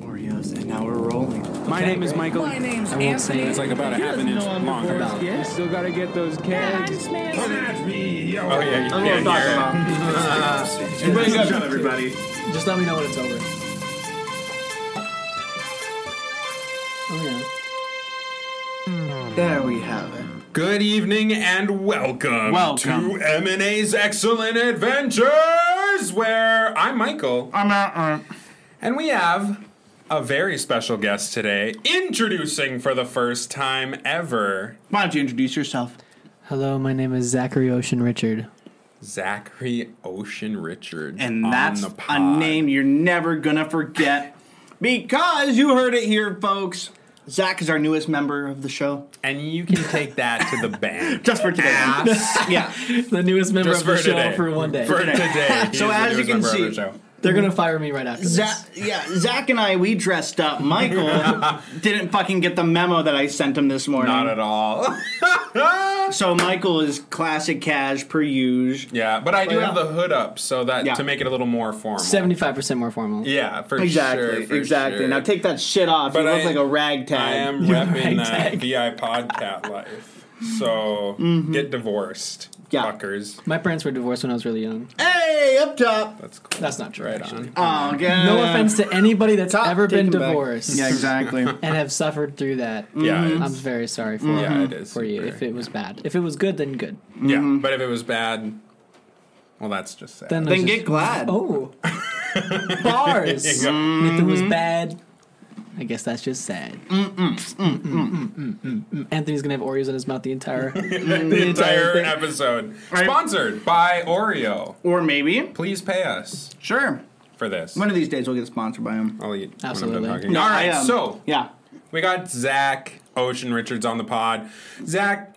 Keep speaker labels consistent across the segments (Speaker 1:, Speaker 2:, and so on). Speaker 1: Oreos, and now we're rolling.
Speaker 2: My name is Michael. My name's Anthony.
Speaker 3: It's like about a half an inch long. About.
Speaker 2: You still gotta get those kegs.
Speaker 3: Oh yeah,
Speaker 1: I'm
Speaker 3: yeah,
Speaker 1: gonna talk
Speaker 3: yeah.
Speaker 1: about. Wake up, everybody. Just let me know when it's over. Oh yeah. There we have it.
Speaker 3: Good evening and welcome,
Speaker 2: Welcome.
Speaker 3: to M&A's Excellent Adventures, where I'm Michael
Speaker 2: I'm out. uh,
Speaker 3: and we have a very special guest today, introducing for the first time ever,
Speaker 2: Why don't you introduce yourself?
Speaker 4: Hello, my name is Zachary Ocean Richard.
Speaker 3: Zachary Ocean Richards.
Speaker 1: And
Speaker 3: on
Speaker 1: that's
Speaker 3: the pod.
Speaker 1: a name you're never gonna forget because you heard it here, folks. Zach is our newest member of the show.
Speaker 3: and you can take that to the bank.
Speaker 1: Just for today. yeah.
Speaker 4: The newest member
Speaker 3: Just
Speaker 4: of the
Speaker 3: for
Speaker 4: show
Speaker 3: today.
Speaker 4: for one day.
Speaker 3: For today. He
Speaker 1: So
Speaker 3: is the
Speaker 1: as you
Speaker 3: newest
Speaker 1: can
Speaker 3: member of
Speaker 1: see-
Speaker 3: the show.
Speaker 4: They're gonna fire me right after
Speaker 1: Zach, yeah, Zach and I, we dressed up. Michael didn't fucking get the memo that I sent him this morning.
Speaker 3: not at all.
Speaker 1: So Michael is classic cash per usual.
Speaker 3: Yeah, but I do
Speaker 1: yeah.
Speaker 3: have the hood up so that
Speaker 1: Yeah.
Speaker 3: to make it a little more formal.
Speaker 4: this. Seventy-five percent more formal.
Speaker 3: Yeah, for sure.
Speaker 1: Exactly,
Speaker 3: for
Speaker 1: exactly.
Speaker 3: sure.
Speaker 1: Now take that shit off.
Speaker 3: But
Speaker 1: you look
Speaker 3: I-
Speaker 1: like a ragtag.
Speaker 3: I am repping uh, VI Podcat life. So get divorced,
Speaker 1: Mm-hmm. Yeah.
Speaker 3: fuckers.
Speaker 4: My parents were divorced when I was really young.
Speaker 1: Hey, up top.
Speaker 3: That's cool.
Speaker 4: That's not true.
Speaker 3: right
Speaker 4: actually.
Speaker 3: on.
Speaker 1: Oh, God.
Speaker 4: No offense to anybody that's
Speaker 1: Top,
Speaker 4: ever
Speaker 1: take
Speaker 4: been
Speaker 1: him back.
Speaker 4: divorced
Speaker 1: Yeah, exactly.
Speaker 4: and have suffered through that.
Speaker 3: Yeah,
Speaker 4: I'm
Speaker 3: it's,
Speaker 4: very sorry for
Speaker 3: yeah,
Speaker 1: Mm-hmm.
Speaker 3: it is.
Speaker 4: for you.
Speaker 3: super.
Speaker 4: If it was bad, if it was good, then good.
Speaker 3: yeah, but if it was bad, well, that's just sad.
Speaker 4: Then, there's
Speaker 1: then
Speaker 4: just-
Speaker 1: get glad.
Speaker 4: Oh, bars. If it was bad, I guess that's just sad.
Speaker 3: Mm,
Speaker 4: Mm-mm. Anthony's gonna have Oreos in his mouth the entire
Speaker 3: the entire
Speaker 4: thing.
Speaker 3: episode
Speaker 1: Right.
Speaker 3: sponsored by Oreo.
Speaker 1: Or maybe.
Speaker 3: Please pay us
Speaker 1: Sure.
Speaker 3: for this.
Speaker 1: One of these days we'll get sponsored by him.
Speaker 3: I'll eat when I'm done
Speaker 4: Absolutely.
Speaker 3: talking.
Speaker 1: No,
Speaker 3: All
Speaker 1: I,
Speaker 3: right,
Speaker 1: um,
Speaker 3: so
Speaker 1: Yeah.
Speaker 3: We got Zach Ocean Richards on the pod. Zach,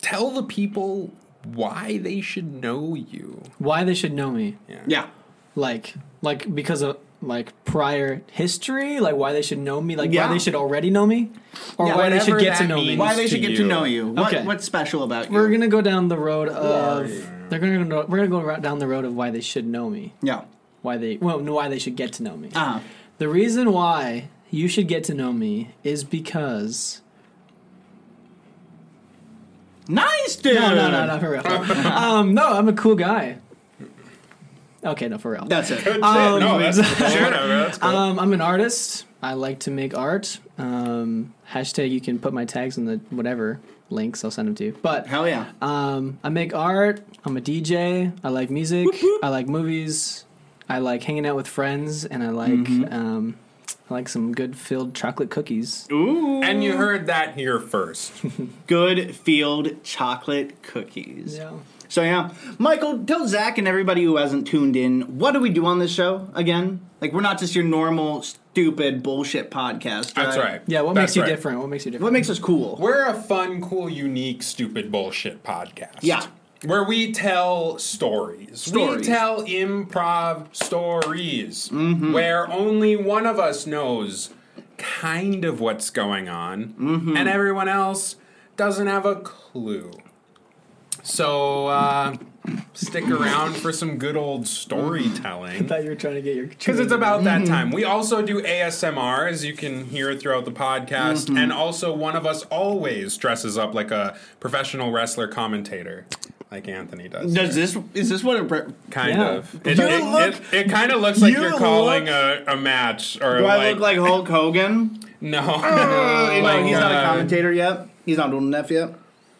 Speaker 3: tell the people why they should know you.
Speaker 4: why they should know me.
Speaker 1: Yeah.
Speaker 4: Like like because of like prior history, like why they should know me, like
Speaker 1: Yeah.
Speaker 4: why they should already know me, or why they should
Speaker 3: whatever
Speaker 4: get to
Speaker 3: that
Speaker 4: know me.
Speaker 3: means.
Speaker 1: Why they
Speaker 3: to
Speaker 1: should get to
Speaker 3: you.
Speaker 1: know you. What,
Speaker 4: Okay.
Speaker 1: What's special about you?
Speaker 4: We're gonna go down the road of they're gonna go, we're gonna go ra- down the road of why they should know me,
Speaker 1: Yeah.
Speaker 4: why they well no, why they should get to know me.
Speaker 3: Ah.
Speaker 1: Uh-huh.
Speaker 4: The reason why you should get to know me is because
Speaker 1: Nice, dude.
Speaker 4: no no no no for real. um, no, I'm a cool guy. Okay, no for real.
Speaker 1: That's it.
Speaker 3: Shit, no, that's, whatever, that's cool.
Speaker 4: Um, I'm an artist. I like to make art. Um, hashtag you can put my tags in the whatever links. I'll send them to you. But
Speaker 1: Hell yeah.
Speaker 4: um, I make art. I'm a DJ. I like music. I like movies. I like hanging out with friends, and I like um, I like some good filled chocolate cookies.
Speaker 3: and you heard that here first.
Speaker 1: Good field chocolate cookies.
Speaker 4: Yeah.
Speaker 1: So yeah, Michael, tell Zach and everybody who hasn't tuned in, what do we do on this show again? Like we're not just your normal stupid bullshit podcast.
Speaker 3: That's right.
Speaker 4: Yeah. What
Speaker 3: That's
Speaker 4: makes you
Speaker 3: right.
Speaker 4: different? What makes you different?
Speaker 1: What makes us cool?
Speaker 3: We're a fun, cool, unique, stupid bullshit podcast.
Speaker 1: Yeah.
Speaker 3: Where we tell stories. We
Speaker 1: Stories.
Speaker 3: tell improv stories.
Speaker 1: Mm-hmm.
Speaker 3: Where only one of us knows kind of what's
Speaker 1: Mm-hmm.
Speaker 3: going on, and everyone else doesn't have a clue. So uh, stick around for some good old storytelling.
Speaker 4: thought you were trying to get your
Speaker 3: Because it's about
Speaker 1: Mm-hmm.
Speaker 3: that time. We also do ASMR, as you can hear throughout the podcast.
Speaker 1: Mm-hmm.
Speaker 3: And also, one of us always dresses up like a professional wrestler commentator, like Anthony does.
Speaker 1: Does this is this what it re-
Speaker 3: Kind
Speaker 4: Yeah.
Speaker 3: of. It,
Speaker 1: You
Speaker 3: it,
Speaker 1: look-
Speaker 3: it, it kind of looks like
Speaker 1: you
Speaker 3: you're calling a, a match or
Speaker 1: do
Speaker 3: like,
Speaker 1: I look like Oh. Hulk Hogan?
Speaker 3: no.
Speaker 1: No,
Speaker 3: Like,
Speaker 1: he's not a
Speaker 3: uh,
Speaker 1: commentator yet. He's not old enough yet.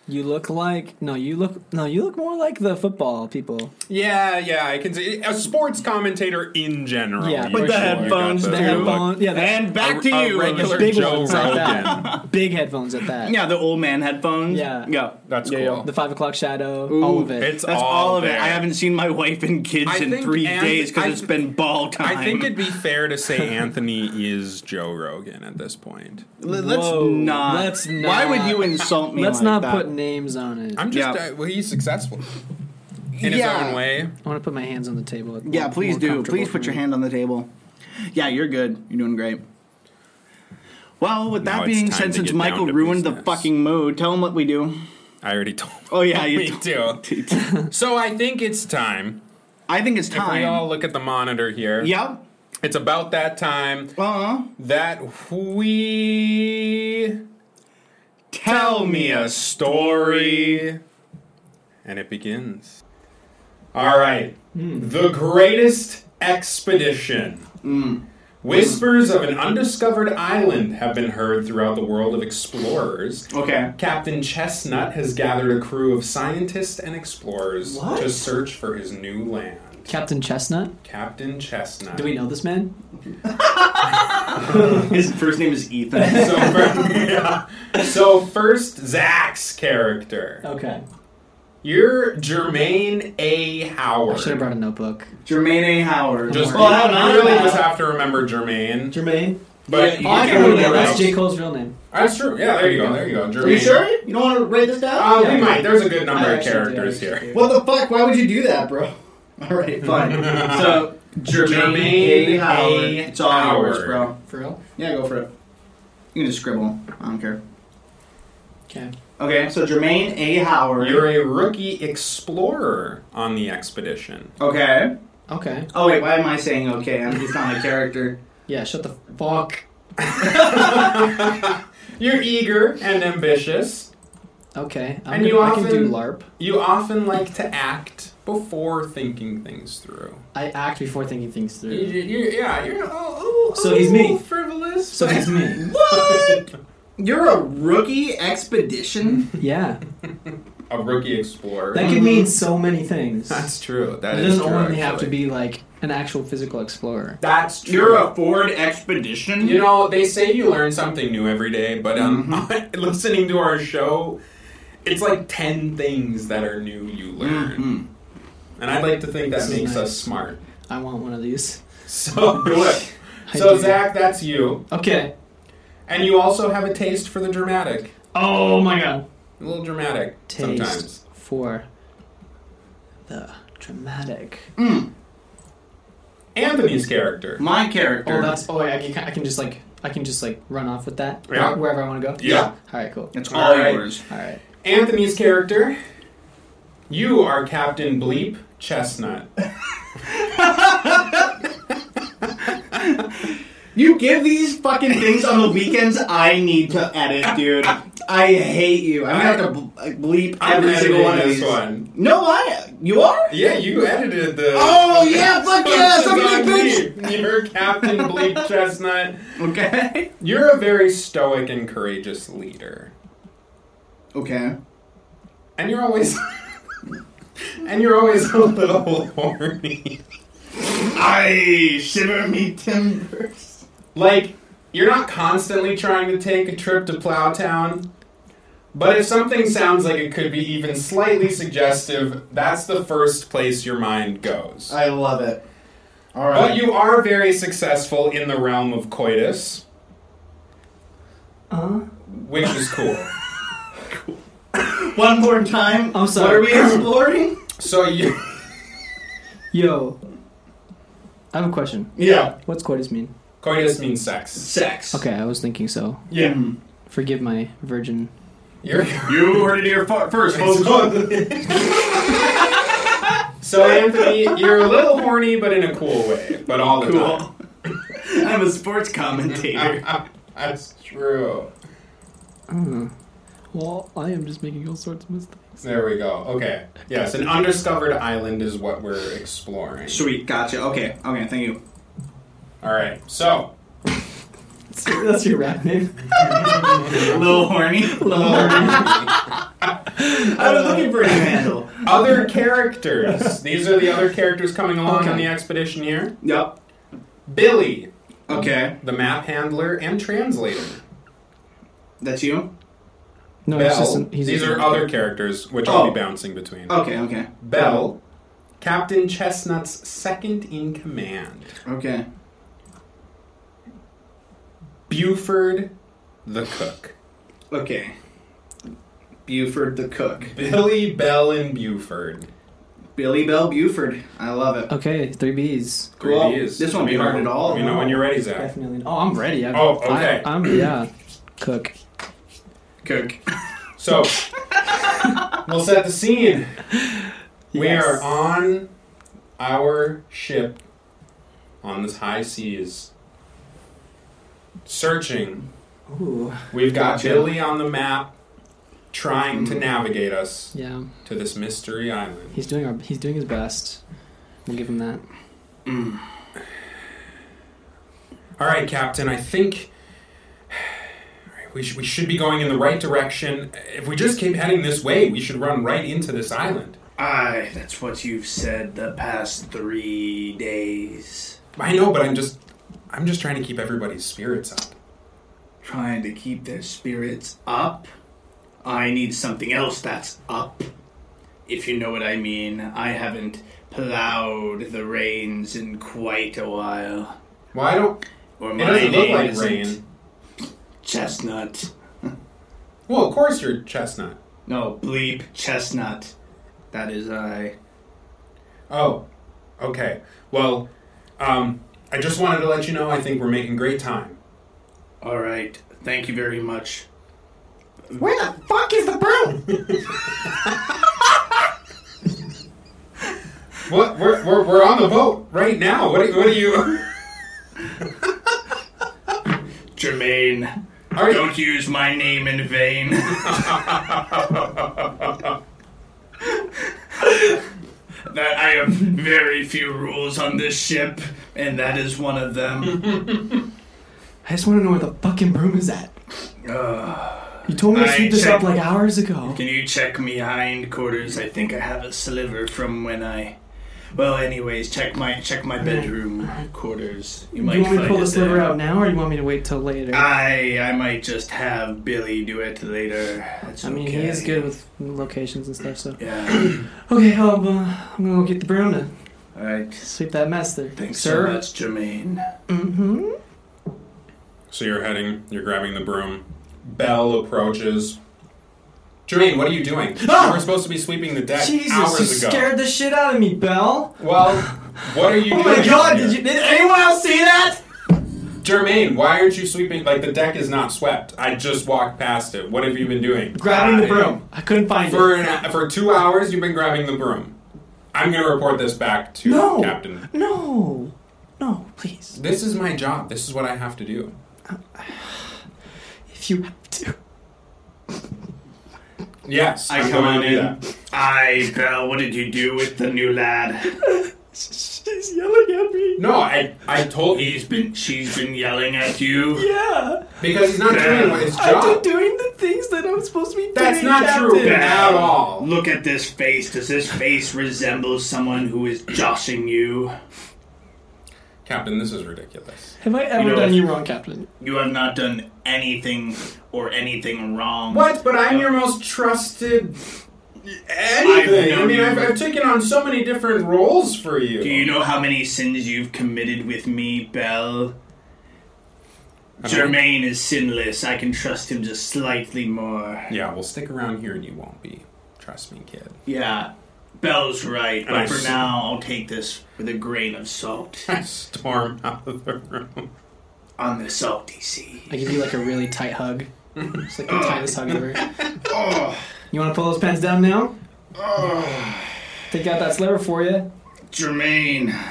Speaker 4: You look like no, you look no, you look more like the football people.
Speaker 3: Yeah, yeah, I can see a sports commentator in general.
Speaker 4: Yeah,
Speaker 3: you-
Speaker 4: With the
Speaker 3: you got
Speaker 1: headphones,
Speaker 3: the-
Speaker 1: the
Speaker 3: you look-
Speaker 4: headphones, yeah, the-
Speaker 1: and back to
Speaker 3: a
Speaker 1: you.
Speaker 3: regular-
Speaker 4: Big
Speaker 3: Joe
Speaker 4: ones at that. Big headphones at that.
Speaker 1: yeah, the old man headphones.
Speaker 4: Yeah.
Speaker 1: yeah,
Speaker 3: That's
Speaker 1: Yeah,
Speaker 3: cool.
Speaker 1: yeah.
Speaker 4: The five o'clock shadow.
Speaker 1: Ooh,
Speaker 4: all of it.
Speaker 3: It's
Speaker 1: That's all of it.
Speaker 3: there.
Speaker 1: I haven't seen my wife and kids
Speaker 3: I
Speaker 1: in
Speaker 3: think
Speaker 1: three
Speaker 3: Anth-
Speaker 1: days
Speaker 3: I
Speaker 1: because it's
Speaker 3: th-
Speaker 1: been ball time.
Speaker 3: I think it'd be fair to say Anthony is Joe Rogan at this point.
Speaker 1: L- let's
Speaker 4: Whoa,
Speaker 1: not.
Speaker 4: let's
Speaker 1: Why
Speaker 4: not.
Speaker 1: would you insult me?
Speaker 4: Let's
Speaker 1: like
Speaker 4: not
Speaker 1: that?
Speaker 4: put names on it. i
Speaker 3: I'm just
Speaker 1: Yeah.
Speaker 3: uh, well, he's successful in his
Speaker 1: Yeah.
Speaker 3: own way.
Speaker 4: want to put my hands on the table. It's
Speaker 1: Yeah,
Speaker 4: more-
Speaker 1: please
Speaker 4: more
Speaker 1: do.
Speaker 4: comfortable
Speaker 1: Please
Speaker 4: for
Speaker 1: put your
Speaker 4: me.
Speaker 1: hand on the table. Yeah, you're good. You're doing great. Well, with
Speaker 3: Now
Speaker 1: that
Speaker 3: it's
Speaker 1: being
Speaker 3: time
Speaker 1: said,
Speaker 3: to
Speaker 1: since
Speaker 3: get
Speaker 1: Michael
Speaker 3: down to
Speaker 1: ruined the
Speaker 3: business.
Speaker 1: fucking mood, tell him what we do.
Speaker 3: I already told.
Speaker 1: Oh yeah,
Speaker 3: me
Speaker 1: you.
Speaker 3: too. so I think it's time.
Speaker 1: I think it's
Speaker 3: If we all
Speaker 1: time.
Speaker 3: look at the monitor here,
Speaker 1: Yep.
Speaker 3: it's about that time
Speaker 1: Uh huh.
Speaker 3: that we
Speaker 1: Tell me a
Speaker 3: story. And it begins. All right.
Speaker 4: Hmm.
Speaker 3: The greatest expedition.
Speaker 4: Hmm.
Speaker 3: Whispers of an undiscovered island have been heard throughout the world of explorers.
Speaker 1: Okay.
Speaker 3: Captain Chestnut has gathered a crew of scientists and explorers to search for his new land.
Speaker 4: Captain Chestnut.
Speaker 3: Captain Chestnut.
Speaker 4: Do we know this man?
Speaker 1: His first name is Ethan.
Speaker 3: So first, so first Zach's character.
Speaker 4: Okay.
Speaker 3: You're Jermaine A. Howard.
Speaker 4: I should have brought a notebook.
Speaker 1: Jermaine A. Howard.
Speaker 3: Just
Speaker 4: Well,
Speaker 1: I don't
Speaker 3: you
Speaker 1: know.
Speaker 3: really just have to remember Jermaine.
Speaker 4: Jermaine.
Speaker 3: But
Speaker 4: Oh, I
Speaker 3: you
Speaker 4: can
Speaker 3: can
Speaker 4: remember that.
Speaker 3: remember
Speaker 4: That's
Speaker 3: else.
Speaker 4: J. Cole's real name.
Speaker 3: That's true. Yeah, there you go. There you go. Jermaine.
Speaker 1: Are you sure? You don't want to write this down?
Speaker 3: Uh, We might. There's a good number
Speaker 4: I
Speaker 3: of
Speaker 4: actually do,
Speaker 3: characters
Speaker 4: I actually
Speaker 3: here.
Speaker 4: do.
Speaker 1: Oh, What the fuck? Why would you do that, bro? All right, fine. so
Speaker 3: Jermaine A.
Speaker 1: It's all yours,
Speaker 3: Howard.
Speaker 1: bro.
Speaker 4: For real?
Speaker 1: Yeah, go for it. You can just scribble. I don't care.
Speaker 4: Okay.
Speaker 1: Okay, so Jermaine A. Howard.
Speaker 3: You're a rookie explorer on the expedition.
Speaker 1: okay.
Speaker 4: Okay.
Speaker 1: Oh wait, why am I saying okay? I'm just not my character.
Speaker 4: Yeah. Shut the fuck.
Speaker 3: You're eager and ambitious.
Speaker 4: Okay. I'm
Speaker 3: And
Speaker 4: gonna,
Speaker 3: you
Speaker 4: I can do
Speaker 3: often-
Speaker 4: LARP.
Speaker 3: You often like to act before thinking things through.
Speaker 4: I act before thinking things
Speaker 3: You-
Speaker 4: through.
Speaker 3: you- you- yeah, you're a, a, a
Speaker 4: So he's me.
Speaker 3: little frivolous.
Speaker 4: So he's me.
Speaker 1: What? You're a rookie expedition?
Speaker 4: Yeah.
Speaker 3: a rookie explorer.
Speaker 4: That could mean so many things.
Speaker 3: That's true. That
Speaker 4: It
Speaker 3: is
Speaker 4: doesn't
Speaker 3: true,
Speaker 4: only have to
Speaker 3: actually.
Speaker 4: be like an actual physical explorer.
Speaker 3: That's true.
Speaker 1: You're a Ford expedition?
Speaker 3: You know, they say you learn something new every day, but um,
Speaker 1: Mm-hmm.
Speaker 3: listening to our show, it's like 10 things that are new you learn.
Speaker 1: Mm-hmm.
Speaker 3: And I'd like to think that
Speaker 4: is
Speaker 3: makes
Speaker 4: nice.
Speaker 3: us smart.
Speaker 4: I want one of these.
Speaker 3: So, look.
Speaker 4: I
Speaker 3: So,
Speaker 4: do.
Speaker 3: Zach, that's you.
Speaker 4: Okay.
Speaker 3: And you also have a taste for the dramatic.
Speaker 4: Oh my god.
Speaker 3: A little dramatic
Speaker 4: Taste
Speaker 3: sometimes.
Speaker 4: for the dramatic.
Speaker 3: Anthony's character.
Speaker 1: my character.
Speaker 4: Oh, that's. Oh, wait, I can, I can just like. I can just like run off with that.
Speaker 3: Yeah.
Speaker 4: Wherever I want to go.
Speaker 3: Yeah.
Speaker 4: All right. Cool.
Speaker 1: it's
Speaker 3: all
Speaker 1: all
Speaker 3: right.
Speaker 1: yours.
Speaker 4: All right.
Speaker 3: Anthony's character. You are Captain Bleep Chestnut.
Speaker 1: You give these fucking things on the weekends. I need to edit, dude. I hate you. I'm gonna have to ble- bleep
Speaker 3: I'm
Speaker 1: every single
Speaker 3: editing
Speaker 1: one of
Speaker 3: this
Speaker 1: these.
Speaker 3: one.
Speaker 1: No, I. You are.
Speaker 3: Yeah, you edited the.
Speaker 1: Oh, yeah, fuck yeah,
Speaker 3: This is
Speaker 1: son of a
Speaker 3: on
Speaker 1: bitch.
Speaker 3: me. You're Captain Bleep Chestnut.
Speaker 1: Okay.
Speaker 3: You're a very stoic and courageous leader,
Speaker 1: Okay.
Speaker 3: and you're always. And you're always a little horny.
Speaker 1: I shiver me timbers.
Speaker 3: Like, you're not constantly trying to take a trip to Plowtown, but if something sounds like it could be even slightly suggestive, that's the first place your mind goes.
Speaker 1: I love it. All
Speaker 3: But
Speaker 1: right.
Speaker 3: you are very successful in the realm of coitus. Which is cool.
Speaker 1: one more time.
Speaker 4: I'm
Speaker 1: What are
Speaker 4: sorry.
Speaker 1: we exploring?
Speaker 3: so you.
Speaker 4: Yo. I have a question.
Speaker 1: yeah.
Speaker 4: What's coitus mean?
Speaker 3: Coitus means sex.
Speaker 1: Sex.
Speaker 4: Okay, I was thinking so.
Speaker 3: Yeah.
Speaker 4: Forgive my virgin
Speaker 3: You're
Speaker 5: You heard it here fu- first, folks.
Speaker 3: so Anthony. You're a little horny, but in a cool way. But all the time.
Speaker 5: Cool.
Speaker 1: I'm a sports commentator.
Speaker 3: That's true.
Speaker 4: Well, I am just making all sorts of mistakes.
Speaker 3: There we go. Okay. Yes, an undiscovered island is what we're exploring.
Speaker 1: Sweet, gotcha. Okay, okay, thank you.
Speaker 3: All right. So
Speaker 4: That's your rap name.
Speaker 1: Little horny. Little horny. I was looking for a new handle.
Speaker 3: other characters. These are the other characters coming along on
Speaker 4: Okay.
Speaker 3: the expedition here.
Speaker 1: Yep.
Speaker 3: Billy,
Speaker 1: Okay,
Speaker 3: the map handler and translator.
Speaker 1: that's you.
Speaker 4: No,
Speaker 3: Bell.
Speaker 4: it's just an, Oh, he's
Speaker 3: These
Speaker 4: a-
Speaker 3: are other characters, which I'll
Speaker 1: Oh.
Speaker 3: be bouncing between.
Speaker 1: Okay, okay,
Speaker 3: Bell, Captain Chestnut's second in command.
Speaker 1: okay.
Speaker 3: Buford, the cook.
Speaker 1: Okay. Buford the cook.
Speaker 3: Billy, Bell, and Buford.
Speaker 1: Billy Bell Buford. I love it.
Speaker 4: Okay, three B's.
Speaker 3: Three
Speaker 1: Cool.
Speaker 3: Ds.
Speaker 1: This won't
Speaker 3: Let me
Speaker 1: be hard
Speaker 3: know-
Speaker 1: at all.
Speaker 3: let me know when you're ready, Zach.
Speaker 4: Definitely. Oh, I'm ready. I've,
Speaker 3: Oh, okay.
Speaker 4: I, am yeah. Cook.
Speaker 1: Cook.
Speaker 3: So, we'll set the scene. We are on our ship on this high seas, searching.
Speaker 4: Ooh.
Speaker 3: We've got
Speaker 1: Gotcha. Mm-hmm.
Speaker 3: Billy on the map, trying to navigate us
Speaker 4: Yeah.
Speaker 3: to this mystery island.
Speaker 4: He's doing our. He's doing his best. We'll give him that.
Speaker 3: All right, Captain. I think all right, we should, we should be going in the right direction. If we just keep heading this way, we should run right into this island.
Speaker 1: Aye, that's what you've said the past three days.
Speaker 3: I know, but I'm just I'm just trying to keep everybody's spirits up.
Speaker 1: Trying to keep their spirits up. I need something else that's up. If you know what I mean, I haven't plowed the rains in quite a while.
Speaker 3: Well, I don't.
Speaker 1: Or
Speaker 3: It
Speaker 1: my
Speaker 3: doesn't look
Speaker 1: name
Speaker 3: like
Speaker 1: isn't
Speaker 3: rain.
Speaker 1: Chestnut.
Speaker 3: Well, of course you're chestnut.
Speaker 1: No, bleep chestnut. That is I.
Speaker 3: Oh, okay. Well, um, I just wanted to let you know. I think we're making great time.
Speaker 1: All right. Thank you very much.
Speaker 3: Where the fuck is the broom? what? We're, we're, we're on the boat right now. What are, what are you?
Speaker 1: Jermaine,
Speaker 3: Are you
Speaker 1: don't use my name in vain. that I have very few rules on this ship, and that is one of them.
Speaker 4: I just want to know where the fucking broom is at. you told me to
Speaker 1: I
Speaker 4: sweep this up
Speaker 1: checked-
Speaker 4: like hours ago.
Speaker 1: Can you check me hindquarters? I think I have a sliver from when I. Well, anyways, check my check my bedroom quarters.
Speaker 4: Do
Speaker 1: You
Speaker 4: you want me to
Speaker 1: find
Speaker 4: pull
Speaker 1: it
Speaker 4: the sliver
Speaker 1: there.
Speaker 4: out now, or do you want me to wait till later?
Speaker 1: Ah, I I might just have Billy do it later. That's
Speaker 4: I mean,
Speaker 1: okay.
Speaker 4: he is good with locations and stuff. So
Speaker 1: Yeah.
Speaker 4: okay, I'll, uh, I'm gonna go get the broom to
Speaker 1: All right.
Speaker 4: sweep that mess there.
Speaker 1: Thanks
Speaker 4: sir.
Speaker 1: so much, Jermaine.
Speaker 3: So you're heading, you're grabbing the broom. Bell approaches. Jermaine, what are you doing?
Speaker 4: Ah!
Speaker 3: You We're supposed to be sweeping the deck
Speaker 4: Jesus,
Speaker 3: hours
Speaker 4: you
Speaker 3: ago.
Speaker 4: scared the shit out of me,
Speaker 1: Oh
Speaker 4: Belle.
Speaker 3: Well, what are you
Speaker 4: Oh
Speaker 3: doing?
Speaker 4: my god,
Speaker 3: out
Speaker 4: did,
Speaker 3: here?
Speaker 4: you, did anyone else see that?
Speaker 3: Jermaine, why aren't you sweeping? Like the deck is not swept. I just walked past it. What have you been doing?
Speaker 4: Grabbing the broom. I couldn't find
Speaker 3: For
Speaker 4: it.
Speaker 3: an, for two hours, you've been grabbing the broom. I'm gonna report this back to
Speaker 4: No.
Speaker 3: Captain.
Speaker 4: No. No, please.
Speaker 3: This is my job. This is what I have to do.
Speaker 4: If you have to.
Speaker 3: Yes, I am
Speaker 1: come
Speaker 3: going
Speaker 1: on
Speaker 3: to do
Speaker 1: in.
Speaker 3: that.
Speaker 1: Aye, Belle, what did you do with the new lad?
Speaker 4: She's yelling at me.
Speaker 3: No, I I told
Speaker 1: He's been, she's been yelling at you.
Speaker 4: Yeah.
Speaker 3: because he's not doing what his job.
Speaker 4: I've been doing the things that I'm supposed to be doing.
Speaker 3: That's not
Speaker 4: Captain.
Speaker 3: true at all.
Speaker 1: Look at this face. Does this face resemble someone who is joshing you?
Speaker 3: Captain, this is ridiculous.
Speaker 4: Have I ever
Speaker 1: You know,
Speaker 4: done
Speaker 1: if-
Speaker 4: you wrong, Captain?
Speaker 1: You have not done anything or anything wrong.
Speaker 3: What? But I'm your most trusted.
Speaker 1: I've
Speaker 3: Anything. I
Speaker 1: known
Speaker 3: mean,
Speaker 1: you.
Speaker 3: I've, I've taken on so many different roles for you.
Speaker 1: Do you know how many sins you've committed with me, Belle? Germaine is sinless. I can trust him just slightly more.
Speaker 3: Yeah, we'll stick around here and you won't be. Trust me, kid.
Speaker 1: Yeah, Belle's right, but
Speaker 3: I
Speaker 1: for
Speaker 3: s-
Speaker 1: now, I'll take this with a grain of salt
Speaker 3: I storm out of the room.
Speaker 1: on the salty sea.
Speaker 4: I give you like a really tight hug. It's like the tightest hug ever. You want to pull those pants down now? Take out that sliver for you.
Speaker 1: Jermaine.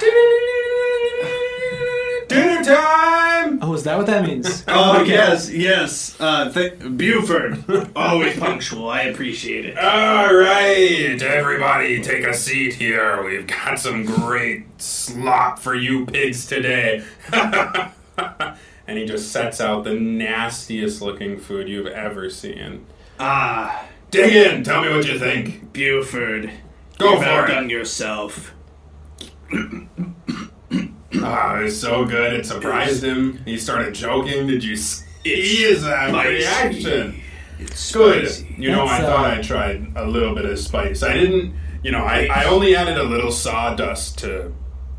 Speaker 3: Dinner time!
Speaker 4: Oh, is that what that means?
Speaker 1: Oh, yes, yes. Uh, th- Buford. Always punctual. I appreciate it.
Speaker 3: All right, everybody, take a seat here. We've got some great slop for you pigs today. and he just sets out the nastiest looking food you've ever seen.
Speaker 1: Ah,
Speaker 3: Dig in, tell me what you think.
Speaker 1: Buford.
Speaker 3: Go
Speaker 1: You've
Speaker 3: for
Speaker 1: outdone
Speaker 3: it.
Speaker 1: yourself.
Speaker 3: Ah, it's so good. It surprised him. He started joking. Did you see his uh,
Speaker 1: spicy.
Speaker 3: reaction?
Speaker 1: It's
Speaker 3: Good.
Speaker 1: spicy.
Speaker 3: You know, I
Speaker 4: That's, uh,
Speaker 3: thought I tried a little bit of spice. I didn't. You know, I, I only added a little sawdust to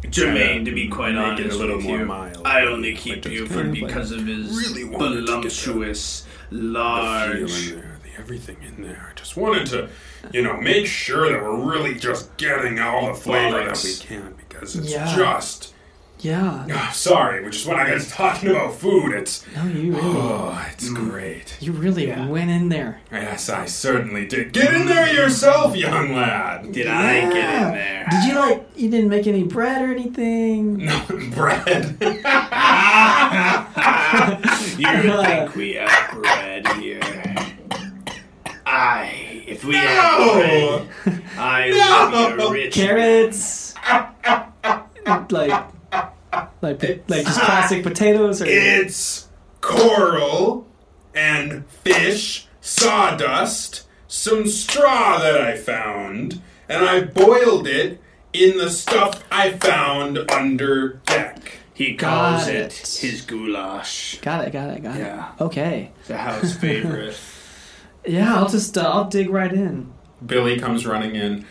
Speaker 1: Jermaine, to be quite
Speaker 3: Make it
Speaker 1: honest
Speaker 3: a little
Speaker 1: with
Speaker 3: more
Speaker 1: you,
Speaker 3: mild.
Speaker 1: I only keep
Speaker 3: just
Speaker 1: Buford because of his
Speaker 3: really wanted to get
Speaker 1: voluptuous,
Speaker 3: feel
Speaker 1: large.
Speaker 3: in there, the everything in there. I just wanted to, you know, make sure that we're really just getting all the flavor that we
Speaker 1: Bollocks.
Speaker 3: can because it's
Speaker 4: Yeah.
Speaker 3: just.
Speaker 4: yeah.
Speaker 3: Oh, sorry, which is when I was talking about food. It's
Speaker 4: No, you really,
Speaker 3: oh, it's great.
Speaker 4: you really went in there.
Speaker 3: Yes, I certainly did. Get in there yourself, young lad.
Speaker 1: Did I get
Speaker 4: Yeah.
Speaker 1: in there?
Speaker 4: Did you like? You didn't make any bread or anything.
Speaker 3: No bread.
Speaker 1: You
Speaker 4: Uh,
Speaker 1: think we have bread here? I, if we have bread,
Speaker 3: No.
Speaker 1: I would be a rich.
Speaker 4: Carrots. like, like, po- like just classic potatoes or.
Speaker 3: It's coral and fish, sawdust, some straw that I found, and I boiled it in the stuff I found under deck.
Speaker 1: He calls
Speaker 4: Got
Speaker 1: it.
Speaker 4: it.
Speaker 1: his goulash.
Speaker 4: Got it. Got it. Got
Speaker 1: Yeah.
Speaker 4: it. Okay.
Speaker 1: The house favorite.
Speaker 4: Yeah, I'll just uh, I'll dig right in.
Speaker 3: Billy comes running in.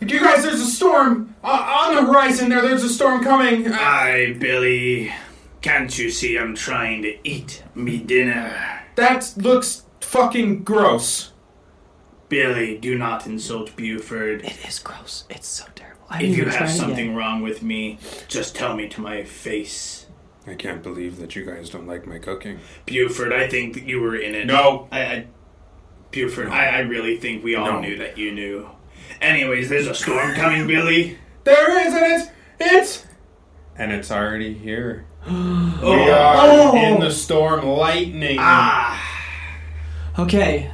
Speaker 3: You guys, there's a storm uh, on the horizon. There, there's a storm coming. Uh,
Speaker 1: Hi, Billy. Can't you see I'm trying to eat me dinner?
Speaker 3: that looks fucking gross.
Speaker 1: Billy, do not insult Buford.
Speaker 4: It is gross. It's so terrible. I haven't
Speaker 1: If you
Speaker 4: even
Speaker 1: have
Speaker 4: tried it yet.
Speaker 1: something wrong with me, just tell me to my face.
Speaker 3: I can't believe that you guys don't like my cooking.
Speaker 1: Buford, I think that you were in it.
Speaker 3: No.
Speaker 1: I, I Buford, I, I really think we all
Speaker 3: No.
Speaker 1: knew that you knew. Anyways, there's a storm coming, Billy.
Speaker 3: There is, and it's it's and it's already here. We
Speaker 1: Oh, Ah.
Speaker 3: are in the storm lightning.
Speaker 4: Okay,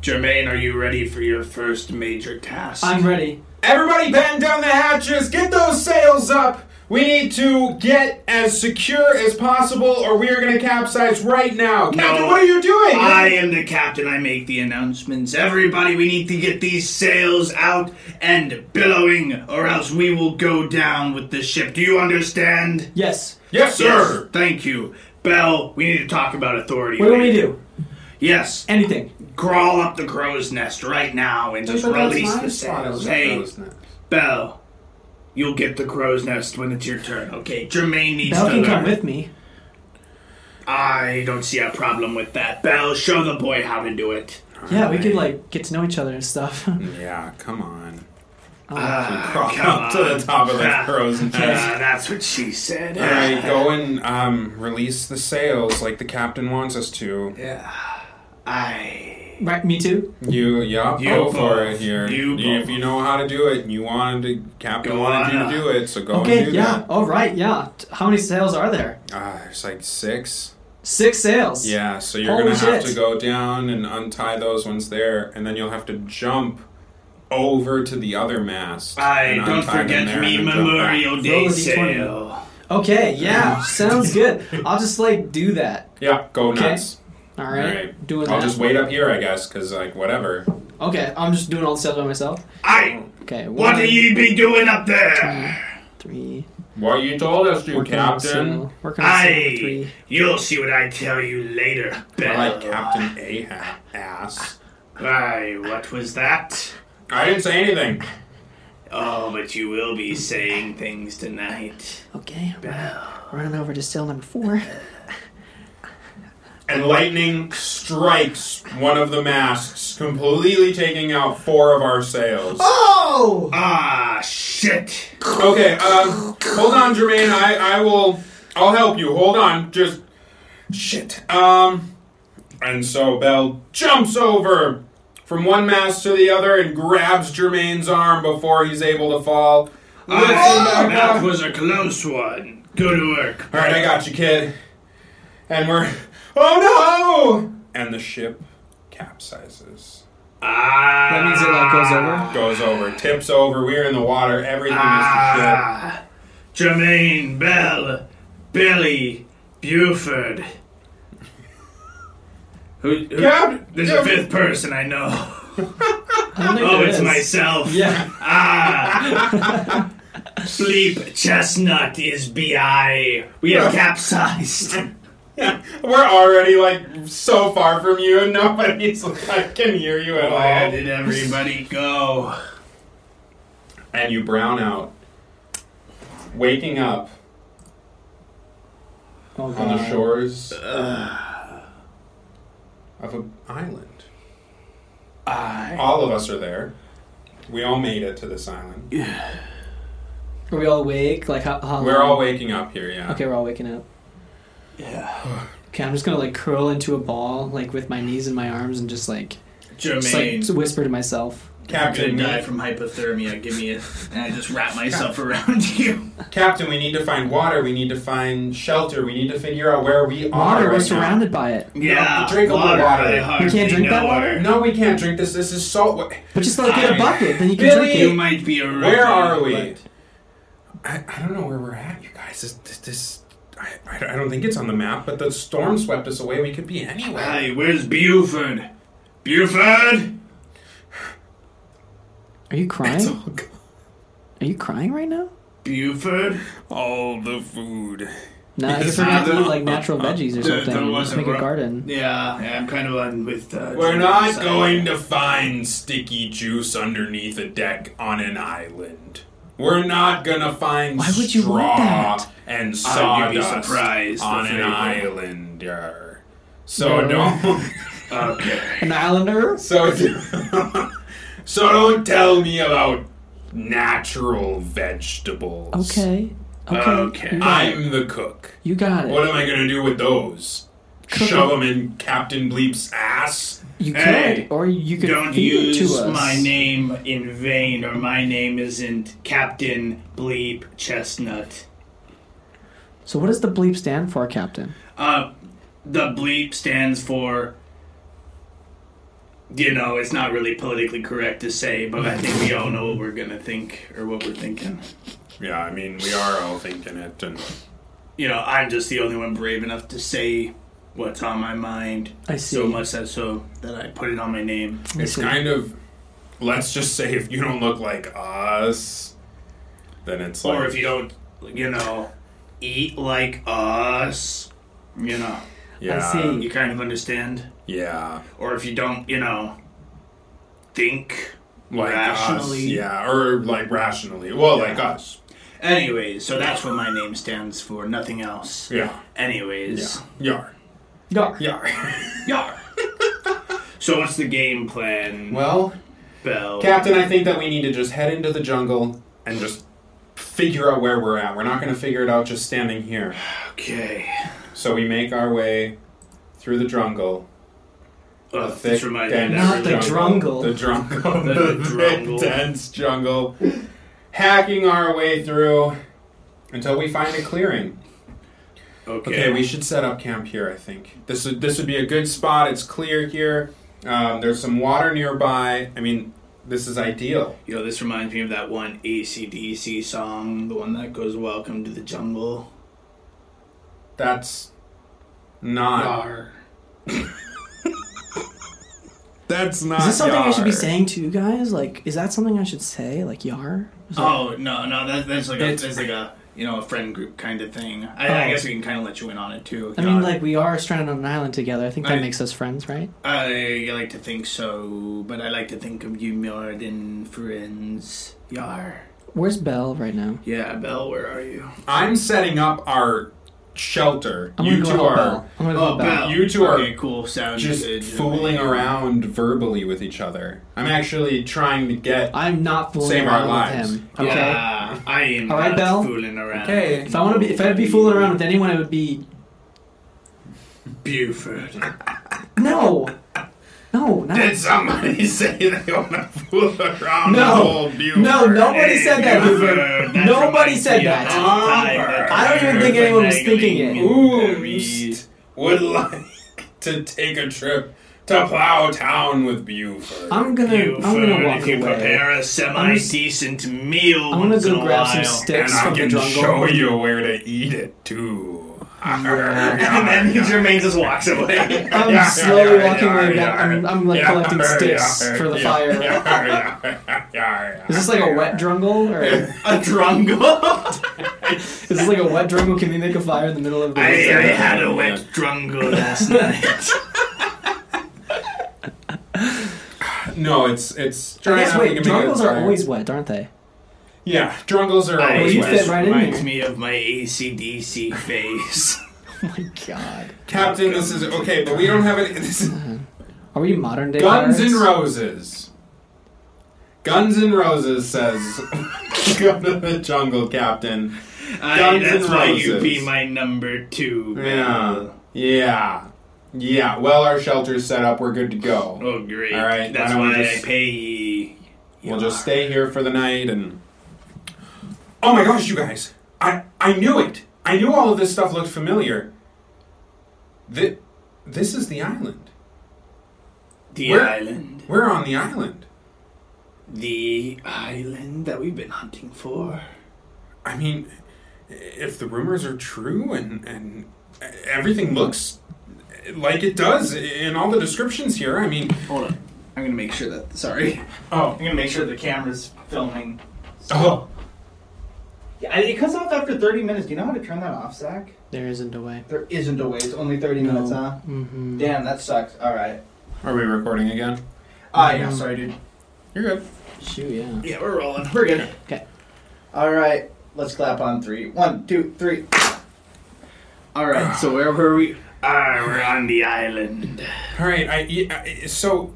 Speaker 1: Jermaine, are you ready for your first major task?
Speaker 4: I'm ready.
Speaker 3: Everybody batten down the hatches. Get those sails up. We need to get as secure as possible or we are going to capsize right now. Captain, what are you doing?
Speaker 1: I am the captain. I make the announcements. Everybody, we need to get these sails out and billowing, or else we will go down with the ship. Do you understand?
Speaker 4: Yes.
Speaker 3: yes, sir.
Speaker 1: Thank you. Bell, we need to talk about authority.
Speaker 4: What do we
Speaker 1: later.
Speaker 4: do?
Speaker 1: Yes.
Speaker 4: Anything.
Speaker 1: crawl up the crow's nest right now and just release the sails. Hey, Belle, you'll get the crow's nest when it's your turn. Okay, Jermaine needs
Speaker 4: Belle
Speaker 1: to
Speaker 4: can
Speaker 1: learn.
Speaker 4: come with me.
Speaker 1: I don't see a problem with that. Belle, show the boy how to do it.
Speaker 4: Yeah, we could like get to know each other and stuff.
Speaker 1: Mm.
Speaker 3: Yeah, come on.
Speaker 1: come
Speaker 3: up to the
Speaker 1: on.
Speaker 3: top of the
Speaker 1: Yeah.
Speaker 3: crow's nest.
Speaker 1: Uh, that's what she said.
Speaker 3: All right, go and um, release the sails like the captain wants us to.
Speaker 1: I.
Speaker 4: right. Me too.
Speaker 3: You, yeah,
Speaker 1: You
Speaker 3: go for
Speaker 1: both.
Speaker 3: it here.
Speaker 1: You
Speaker 3: if
Speaker 1: both.
Speaker 3: you know how to do it, and you wanted to, captain
Speaker 1: Go
Speaker 3: wanted you
Speaker 1: on Oh,
Speaker 3: to do it, so go and
Speaker 4: Okay.
Speaker 3: do
Speaker 4: Yeah. All right. Yeah. T- How many sails are there?
Speaker 3: that. Ah, there's like six.
Speaker 4: Six sails.
Speaker 3: Yeah, so you're
Speaker 4: Holy
Speaker 3: gonna have
Speaker 4: shit.
Speaker 3: to go down and untie those ones there, and then you'll have to jump over to the other mast.
Speaker 1: I
Speaker 3: and
Speaker 1: don't
Speaker 3: untie them
Speaker 1: forget
Speaker 3: there
Speaker 1: me
Speaker 3: and then jump back.
Speaker 1: Memorial
Speaker 4: Roll
Speaker 1: Day
Speaker 4: a d20.
Speaker 1: sale.
Speaker 4: Okay. Yeah. Sounds good. I'll just like do that.
Speaker 3: Yeah, go nuts.
Speaker 4: All
Speaker 3: All
Speaker 4: right.
Speaker 3: right,
Speaker 4: Doing
Speaker 3: I'll
Speaker 4: that.
Speaker 3: just wait up here, I guess, because like whatever.
Speaker 4: Okay. I'm just doing all the sails by myself.
Speaker 1: I.
Speaker 4: Okay.
Speaker 1: What
Speaker 4: one,
Speaker 1: do ye be doing up there?
Speaker 4: Three.
Speaker 3: What you told us to,
Speaker 4: Working on the
Speaker 3: Captain.
Speaker 4: sail. Working on the sail with
Speaker 1: I.
Speaker 4: three.
Speaker 1: You'll see what I tell you later,
Speaker 3: I
Speaker 1: Belle.
Speaker 3: like Captain Ahab ass.
Speaker 1: Aye, what was that?
Speaker 3: I didn't say anything.
Speaker 1: Oh, but you will be saying things tonight.
Speaker 4: Okay. I'm running, running over to sail number four.
Speaker 3: And lightning strikes one of the masts, completely taking out four of our sails.
Speaker 4: Oh.
Speaker 1: Ah, shit!
Speaker 3: Okay, um, hold on, Jermaine. I, I will. I'll help you. Hold on. Just. Shit. Um. And so Belle jumps over from one mast to the other and grabs Jermaine's arm before he's able to fall. I-
Speaker 1: Ah, That was a close one. Go to work.
Speaker 3: All right, I got you, kid. And we're. Oh no! And the ship capsizes.
Speaker 4: That means it like goes over.
Speaker 3: Goes over, tips over, we're in the water, everything is the ship.
Speaker 1: Ah. Jermaine Bell, Billy Buford. Who? who
Speaker 3: Cap-
Speaker 1: there's a fifth person I know.
Speaker 4: I don't think
Speaker 1: Oh,
Speaker 4: there
Speaker 1: it's
Speaker 4: is.
Speaker 1: myself. Ah.
Speaker 4: Yeah.
Speaker 1: Sleep Chestnut is bi. We have capsized.
Speaker 3: We're already like so far from you, and nobody's like can hear you at
Speaker 1: Where
Speaker 3: all.
Speaker 1: did everybody go?
Speaker 3: And you brown out, waking up
Speaker 4: Oh,
Speaker 3: on the
Speaker 4: God.
Speaker 3: shores
Speaker 4: Uh.
Speaker 3: of an island. All of us are there. We all made it to this island.
Speaker 4: Are we all awake? Like how, how
Speaker 3: We're
Speaker 4: long?
Speaker 3: all waking up here, yeah.
Speaker 4: Okay, we're all waking up.
Speaker 1: Yeah.
Speaker 4: Okay, I'm just gonna like curl into a ball, like with my knees and my arms, and just like just like
Speaker 1: Jermaine.
Speaker 4: to whisper to myself.
Speaker 1: I'm gonna
Speaker 3: Captain, we-
Speaker 1: die from hypothermia. Give me a. And I just wrap myself around you.
Speaker 3: Captain, we need to find water. We need to find shelter. We need to figure out where we are.
Speaker 4: Water,
Speaker 3: right
Speaker 4: we're
Speaker 3: now.
Speaker 4: surrounded by it.
Speaker 1: Yeah.
Speaker 3: drink a little water.
Speaker 1: I
Speaker 3: You
Speaker 1: hardly
Speaker 4: can't drink
Speaker 1: know
Speaker 4: that water?
Speaker 1: her.
Speaker 3: No, we can't drink this. This is salt. wa-
Speaker 4: But just like get a
Speaker 3: I-
Speaker 4: bucket, then you can
Speaker 3: Billy,
Speaker 4: drink
Speaker 1: You
Speaker 4: it.
Speaker 1: might be a rookie.
Speaker 3: Where are we?
Speaker 1: but-
Speaker 3: I, I don't know where we're at, you guys. This, this, this I, I I don't think it's on the map, but the storm swept us away. We could be anywhere.
Speaker 1: Hey, where's Buford? Buford?
Speaker 4: Are you crying? Are you crying right now?
Speaker 1: Buford?
Speaker 3: All the food.
Speaker 4: No, I guess we're gonna have to eat like natural veggies or
Speaker 1: There- there
Speaker 4: something. Let's
Speaker 1: wasn't
Speaker 4: make a
Speaker 1: ro-
Speaker 4: garden.
Speaker 1: Yeah, yeah, I'm kind of on with. Uh,
Speaker 3: We're
Speaker 1: Jermaine's
Speaker 3: not
Speaker 1: side.
Speaker 3: going to find sticky juice underneath a deck on an island. We're not gonna find
Speaker 4: Why would you
Speaker 3: straw
Speaker 4: want that?
Speaker 3: and
Speaker 1: I'll give you
Speaker 3: sawdust
Speaker 1: surprise, the
Speaker 3: on an
Speaker 1: flavor.
Speaker 3: island. So don't.
Speaker 4: An islander?
Speaker 3: So, so don't tell me about natural vegetables.
Speaker 4: Okay. Okay.
Speaker 1: Okay.
Speaker 4: You got it.
Speaker 3: I'm the cook.
Speaker 4: You got it.
Speaker 3: What am I gonna do with those? Shove 'em Shove them in Captain Bleep's ass?
Speaker 4: You could,
Speaker 1: Hey,
Speaker 4: or you could
Speaker 1: Don't
Speaker 4: feed it to
Speaker 1: use
Speaker 4: us.
Speaker 1: my name in vain, or my name isn't Captain Bleep Chestnut.
Speaker 4: So what does the bleep stand for, Captain?
Speaker 1: Uh, the bleep stands for. You know, it's not really politically correct to say, but I think we all know what we're gonna think or what we're thinking.
Speaker 3: Yeah, I mean we are all thinking it, and
Speaker 1: You know, I'm just the only one brave enough to say what's on my mind.
Speaker 4: I see.
Speaker 1: So much that so that I put it on my name.
Speaker 3: it's kind of. Let's just say if you don't look like us, then it's like
Speaker 1: Or if you don't, you know, eat like us, you know,
Speaker 3: yeah,
Speaker 4: see.
Speaker 1: Uh, you kind of understand.
Speaker 3: yeah,
Speaker 1: Or if you don't, you know, think.
Speaker 3: like
Speaker 1: Rationally.
Speaker 3: us, yeah, or like rationally, well, like us,
Speaker 1: Anyways, so that's what my name stands for, nothing else.
Speaker 3: yeah,
Speaker 1: Anyways,
Speaker 3: yar,
Speaker 4: Yar.
Speaker 3: yar.
Speaker 1: yar. so what's the game plan,
Speaker 3: Well,
Speaker 1: Bell?
Speaker 3: Captain, I think that we need to just head into the jungle and just figure out where we're at. We're not going to figure it out just standing here.
Speaker 1: okay.
Speaker 3: So we make our way through the jungle.
Speaker 1: Oh,
Speaker 3: the
Speaker 1: this reminds me of
Speaker 3: dense
Speaker 4: Not the
Speaker 1: that.
Speaker 4: drungle.
Speaker 3: The jungle.
Speaker 1: The
Speaker 3: The,
Speaker 1: drungle.
Speaker 3: thick, dense jungle. Hacking our way through until we find a clearing. Okay, we should set up camp here. I think this would this would be a good spot. It's clear here. Um, there's some water nearby. I mean, this is ideal.
Speaker 1: Yo, this reminds me of that one ACDC song, the one that goes Welcome to the Jungle.
Speaker 3: That's not.
Speaker 1: Yar.
Speaker 3: That's not.
Speaker 4: Is this something I should be
Speaker 3: yar.
Speaker 4: saying to you guys? Like, is that something I should say? Like, yar? Is that-
Speaker 1: Oh no, no, that, that's like a, that's like a you know a friend group kind of thing. I, I guess we can kind of let you in on it too.
Speaker 4: I mean,
Speaker 1: God.
Speaker 4: like, we are stranded on an island together. I think that
Speaker 1: I-
Speaker 4: makes us friends, right?
Speaker 1: I like to think so, but I like to think of you more than friends. Yar.
Speaker 4: Where's Belle right now?
Speaker 1: Yeah, Belle, where are you?
Speaker 3: I'm setting up our shelter.
Speaker 4: I'm gonna
Speaker 3: you
Speaker 4: go
Speaker 3: two
Speaker 4: help
Speaker 3: are
Speaker 4: Belle. I'm gonna go help Oh, Belle.
Speaker 3: You two are
Speaker 1: okay, cool. Sounds
Speaker 3: just
Speaker 1: good.
Speaker 3: fooling around verbally with each other. I'm actually trying to get.
Speaker 4: I'm not fooling
Speaker 3: Save our
Speaker 4: around
Speaker 3: lives.
Speaker 4: with him.
Speaker 1: Yeah,
Speaker 4: Okay.
Speaker 1: I am
Speaker 4: All right,
Speaker 1: not
Speaker 4: Belle.
Speaker 1: fooling around.
Speaker 3: Okay.
Speaker 4: If I want to be, if I'd be fooling around with anyone, it would be
Speaker 1: Buford.
Speaker 4: No. No, not
Speaker 3: Did somebody say they want to fool around the
Speaker 4: No,
Speaker 3: whole Buford?
Speaker 4: no, nobody said that. Buford. Nobody said that. I don't even think anyone was thinking it.
Speaker 3: Oost would like to take a trip to Plow Town with Buford.
Speaker 4: I'm gonna, I'm gonna walk
Speaker 1: if you
Speaker 4: away.
Speaker 1: prepare a semi decent meal,
Speaker 4: I'm gonna
Speaker 1: once in
Speaker 4: go
Speaker 1: a
Speaker 4: grab some
Speaker 1: while.
Speaker 3: and
Speaker 4: sticks
Speaker 3: I
Speaker 4: from the
Speaker 3: can show
Speaker 4: jungle.
Speaker 3: you where to eat it too.
Speaker 1: And then he remains just walks away.
Speaker 4: I'm
Speaker 3: Yeah,
Speaker 4: slowly
Speaker 3: yeah,
Speaker 4: walking
Speaker 3: yeah,
Speaker 4: my way
Speaker 3: yeah,
Speaker 4: back. I'm, I'm like
Speaker 3: yeah,
Speaker 4: collecting
Speaker 3: yeah,
Speaker 4: sticks
Speaker 3: yeah,
Speaker 4: for the
Speaker 3: yeah,
Speaker 4: fire.
Speaker 3: yeah, yeah, yeah.
Speaker 4: Is this like a wet jungle, or is
Speaker 1: a drungle.
Speaker 4: this like a wet jungle? Can we make a fire in the middle of the?
Speaker 1: I, I had a wet drungle last night.
Speaker 3: No, it's it's.
Speaker 4: Yes, wait,
Speaker 3: Trying to make it
Speaker 4: jungles are
Speaker 3: fire.
Speaker 4: always wet, aren't they?
Speaker 3: Yeah, drungles
Speaker 5: Oh,
Speaker 3: are
Speaker 1: I-
Speaker 3: always
Speaker 4: you
Speaker 3: wet.
Speaker 4: fit right in
Speaker 1: Reminds
Speaker 4: there.
Speaker 1: me of my ACDC face.
Speaker 4: My God,
Speaker 3: Captain, this is okay, but we don't have any. This is
Speaker 4: are we modern day?
Speaker 3: Guns
Speaker 4: pirates?
Speaker 3: and Roses. Guns and Roses says, "Go to the jungle, Captain."
Speaker 1: I,
Speaker 3: Guns
Speaker 1: that's
Speaker 3: N'
Speaker 1: why you
Speaker 3: Roses.
Speaker 1: be my number two.
Speaker 3: Yeah, yeah, yeah. Well, our shelter's set up. We're good to go.
Speaker 1: Oh, great.
Speaker 3: All right,
Speaker 1: That's
Speaker 3: why
Speaker 1: why
Speaker 3: don't we just-
Speaker 1: I pay ye.
Speaker 3: We'll just stay here for the night and. Oh my gosh, you guys! I I knew it. I knew all of this stuff looked familiar. This, this is the island.
Speaker 1: The
Speaker 3: Where-
Speaker 1: island.
Speaker 3: We're on the island.
Speaker 1: The island that we've been hunting for.
Speaker 3: I mean, if the rumors are true and and everything looks like it does in all the descriptions here, I mean,
Speaker 1: Hold on. I'm gonna make sure that. Sorry.
Speaker 3: oh,
Speaker 5: I'm gonna make sure the camera's filming.
Speaker 3: oh,
Speaker 5: Yeah, it cuts off after 30 minutes. Do you know how to turn that off, Zach?
Speaker 4: There isn't a way.
Speaker 5: There isn't a way. It's only 30 minutes, huh? Mm-hmm. Damn, that sucks. All right.
Speaker 3: are we recording again?
Speaker 5: Ah,
Speaker 3: Mm-hmm.
Speaker 5: yeah. Sorry, dude.
Speaker 3: You're good.
Speaker 4: Shoot, yeah.
Speaker 1: Yeah, we're rolling.
Speaker 5: We're good.
Speaker 4: Okay.
Speaker 5: All right. Let's clap on three. One, two, three. All right. So where were we?
Speaker 1: Ah, we're on the island.
Speaker 3: All right. I, y- I- so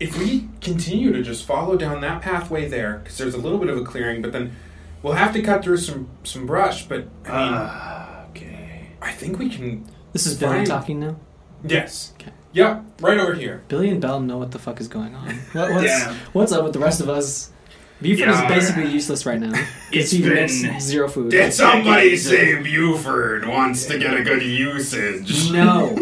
Speaker 3: if we continue to just follow down that pathway there, because there's a little bit of a clearing, but then we'll have to cut through some some brush. But I mean, Ah,
Speaker 1: Okay.
Speaker 3: I think we can.
Speaker 4: This is Billy
Speaker 3: Fine.
Speaker 4: talking now.
Speaker 3: Yes. Yep. Right over here.
Speaker 4: Billy and Bell know what the fuck is going on. What, what's
Speaker 1: Yeah.
Speaker 4: what's up with the rest of us? Buford
Speaker 1: Yeah.
Speaker 4: is basically useless right now. 'cause
Speaker 1: It's
Speaker 4: he
Speaker 1: been-
Speaker 4: makes zero food.
Speaker 3: Did somebody
Speaker 1: Decades of-
Speaker 3: say Buford wants to get a good usage?
Speaker 4: No,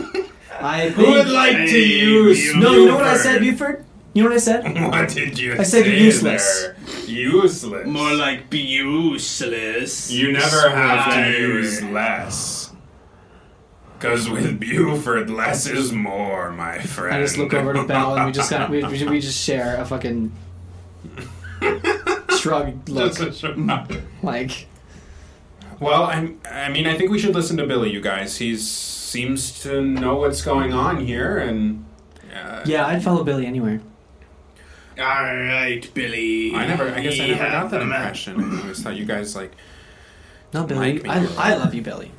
Speaker 4: I think.
Speaker 3: Who would like to
Speaker 1: Hey,
Speaker 3: use?
Speaker 1: Buford.
Speaker 4: no, you know what I said, Buford. You know what I said?
Speaker 3: What did you?
Speaker 4: I said
Speaker 3: say
Speaker 4: useless.
Speaker 3: There? Useless.
Speaker 1: More like be useless.
Speaker 3: you never have to
Speaker 1: Right.
Speaker 3: use less. Cause with Buford, less is more, my friend.
Speaker 4: I just look over to Bell and we just got we, we, we just share a fucking shrug look.
Speaker 3: That's a shock.
Speaker 4: like
Speaker 3: Well, I'm, I mean, I think we should listen to Billy, you guys. He seems to know what's going on here, and
Speaker 4: yeah, I'd follow Billy anywhere.
Speaker 1: All right, Billy.
Speaker 3: I never, I guess I
Speaker 1: We
Speaker 3: never got
Speaker 1: have
Speaker 3: that
Speaker 1: the map.
Speaker 3: impression. I always thought you guys, like,
Speaker 4: No,
Speaker 3: Mike
Speaker 4: Billy.
Speaker 3: me
Speaker 4: I,
Speaker 3: Billy.
Speaker 4: I love you, Billy.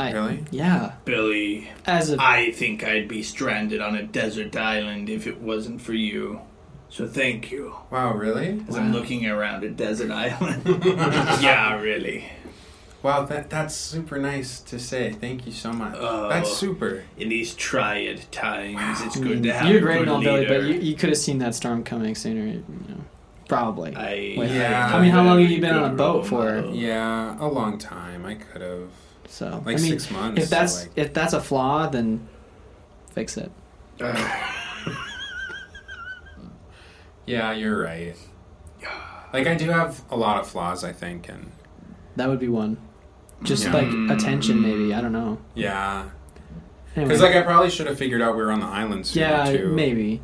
Speaker 4: I
Speaker 3: Really?
Speaker 4: yeah.
Speaker 1: Billy.
Speaker 4: As a
Speaker 1: I think I'd be stranded on a desert island if it wasn't for you. So thank you.
Speaker 3: wow, really?
Speaker 1: As I'm looking around a desert island. yeah, really.
Speaker 3: Wow, that that's super nice to say. Thank you so much.
Speaker 1: Uh,
Speaker 3: that's super.
Speaker 1: In these triad times, it's good to have
Speaker 4: you're
Speaker 1: a
Speaker 4: great
Speaker 1: good
Speaker 4: and all, Billy,
Speaker 1: leader.
Speaker 4: but you, you could have seen that storm coming sooner. You know, probably.
Speaker 1: I,
Speaker 4: With-
Speaker 3: Yeah.
Speaker 4: I mean, how long have you
Speaker 1: Good
Speaker 4: been on a boat
Speaker 1: role
Speaker 4: for?
Speaker 1: model.
Speaker 3: Yeah, a long time. I could have.
Speaker 4: So
Speaker 3: Like
Speaker 4: I mean,
Speaker 3: six months,
Speaker 4: If that's
Speaker 3: like-
Speaker 4: if that's a flaw, then fix it.
Speaker 3: Yeah, you're right. Like I do have a lot of flaws, I think, and
Speaker 4: That would be one. Just
Speaker 3: Yeah.
Speaker 4: like attention, maybe. I don't know.
Speaker 3: yeah,
Speaker 4: Anyway,
Speaker 3: because like I probably should have figured out we were on the island sooner
Speaker 4: yeah,
Speaker 3: too.
Speaker 4: maybe.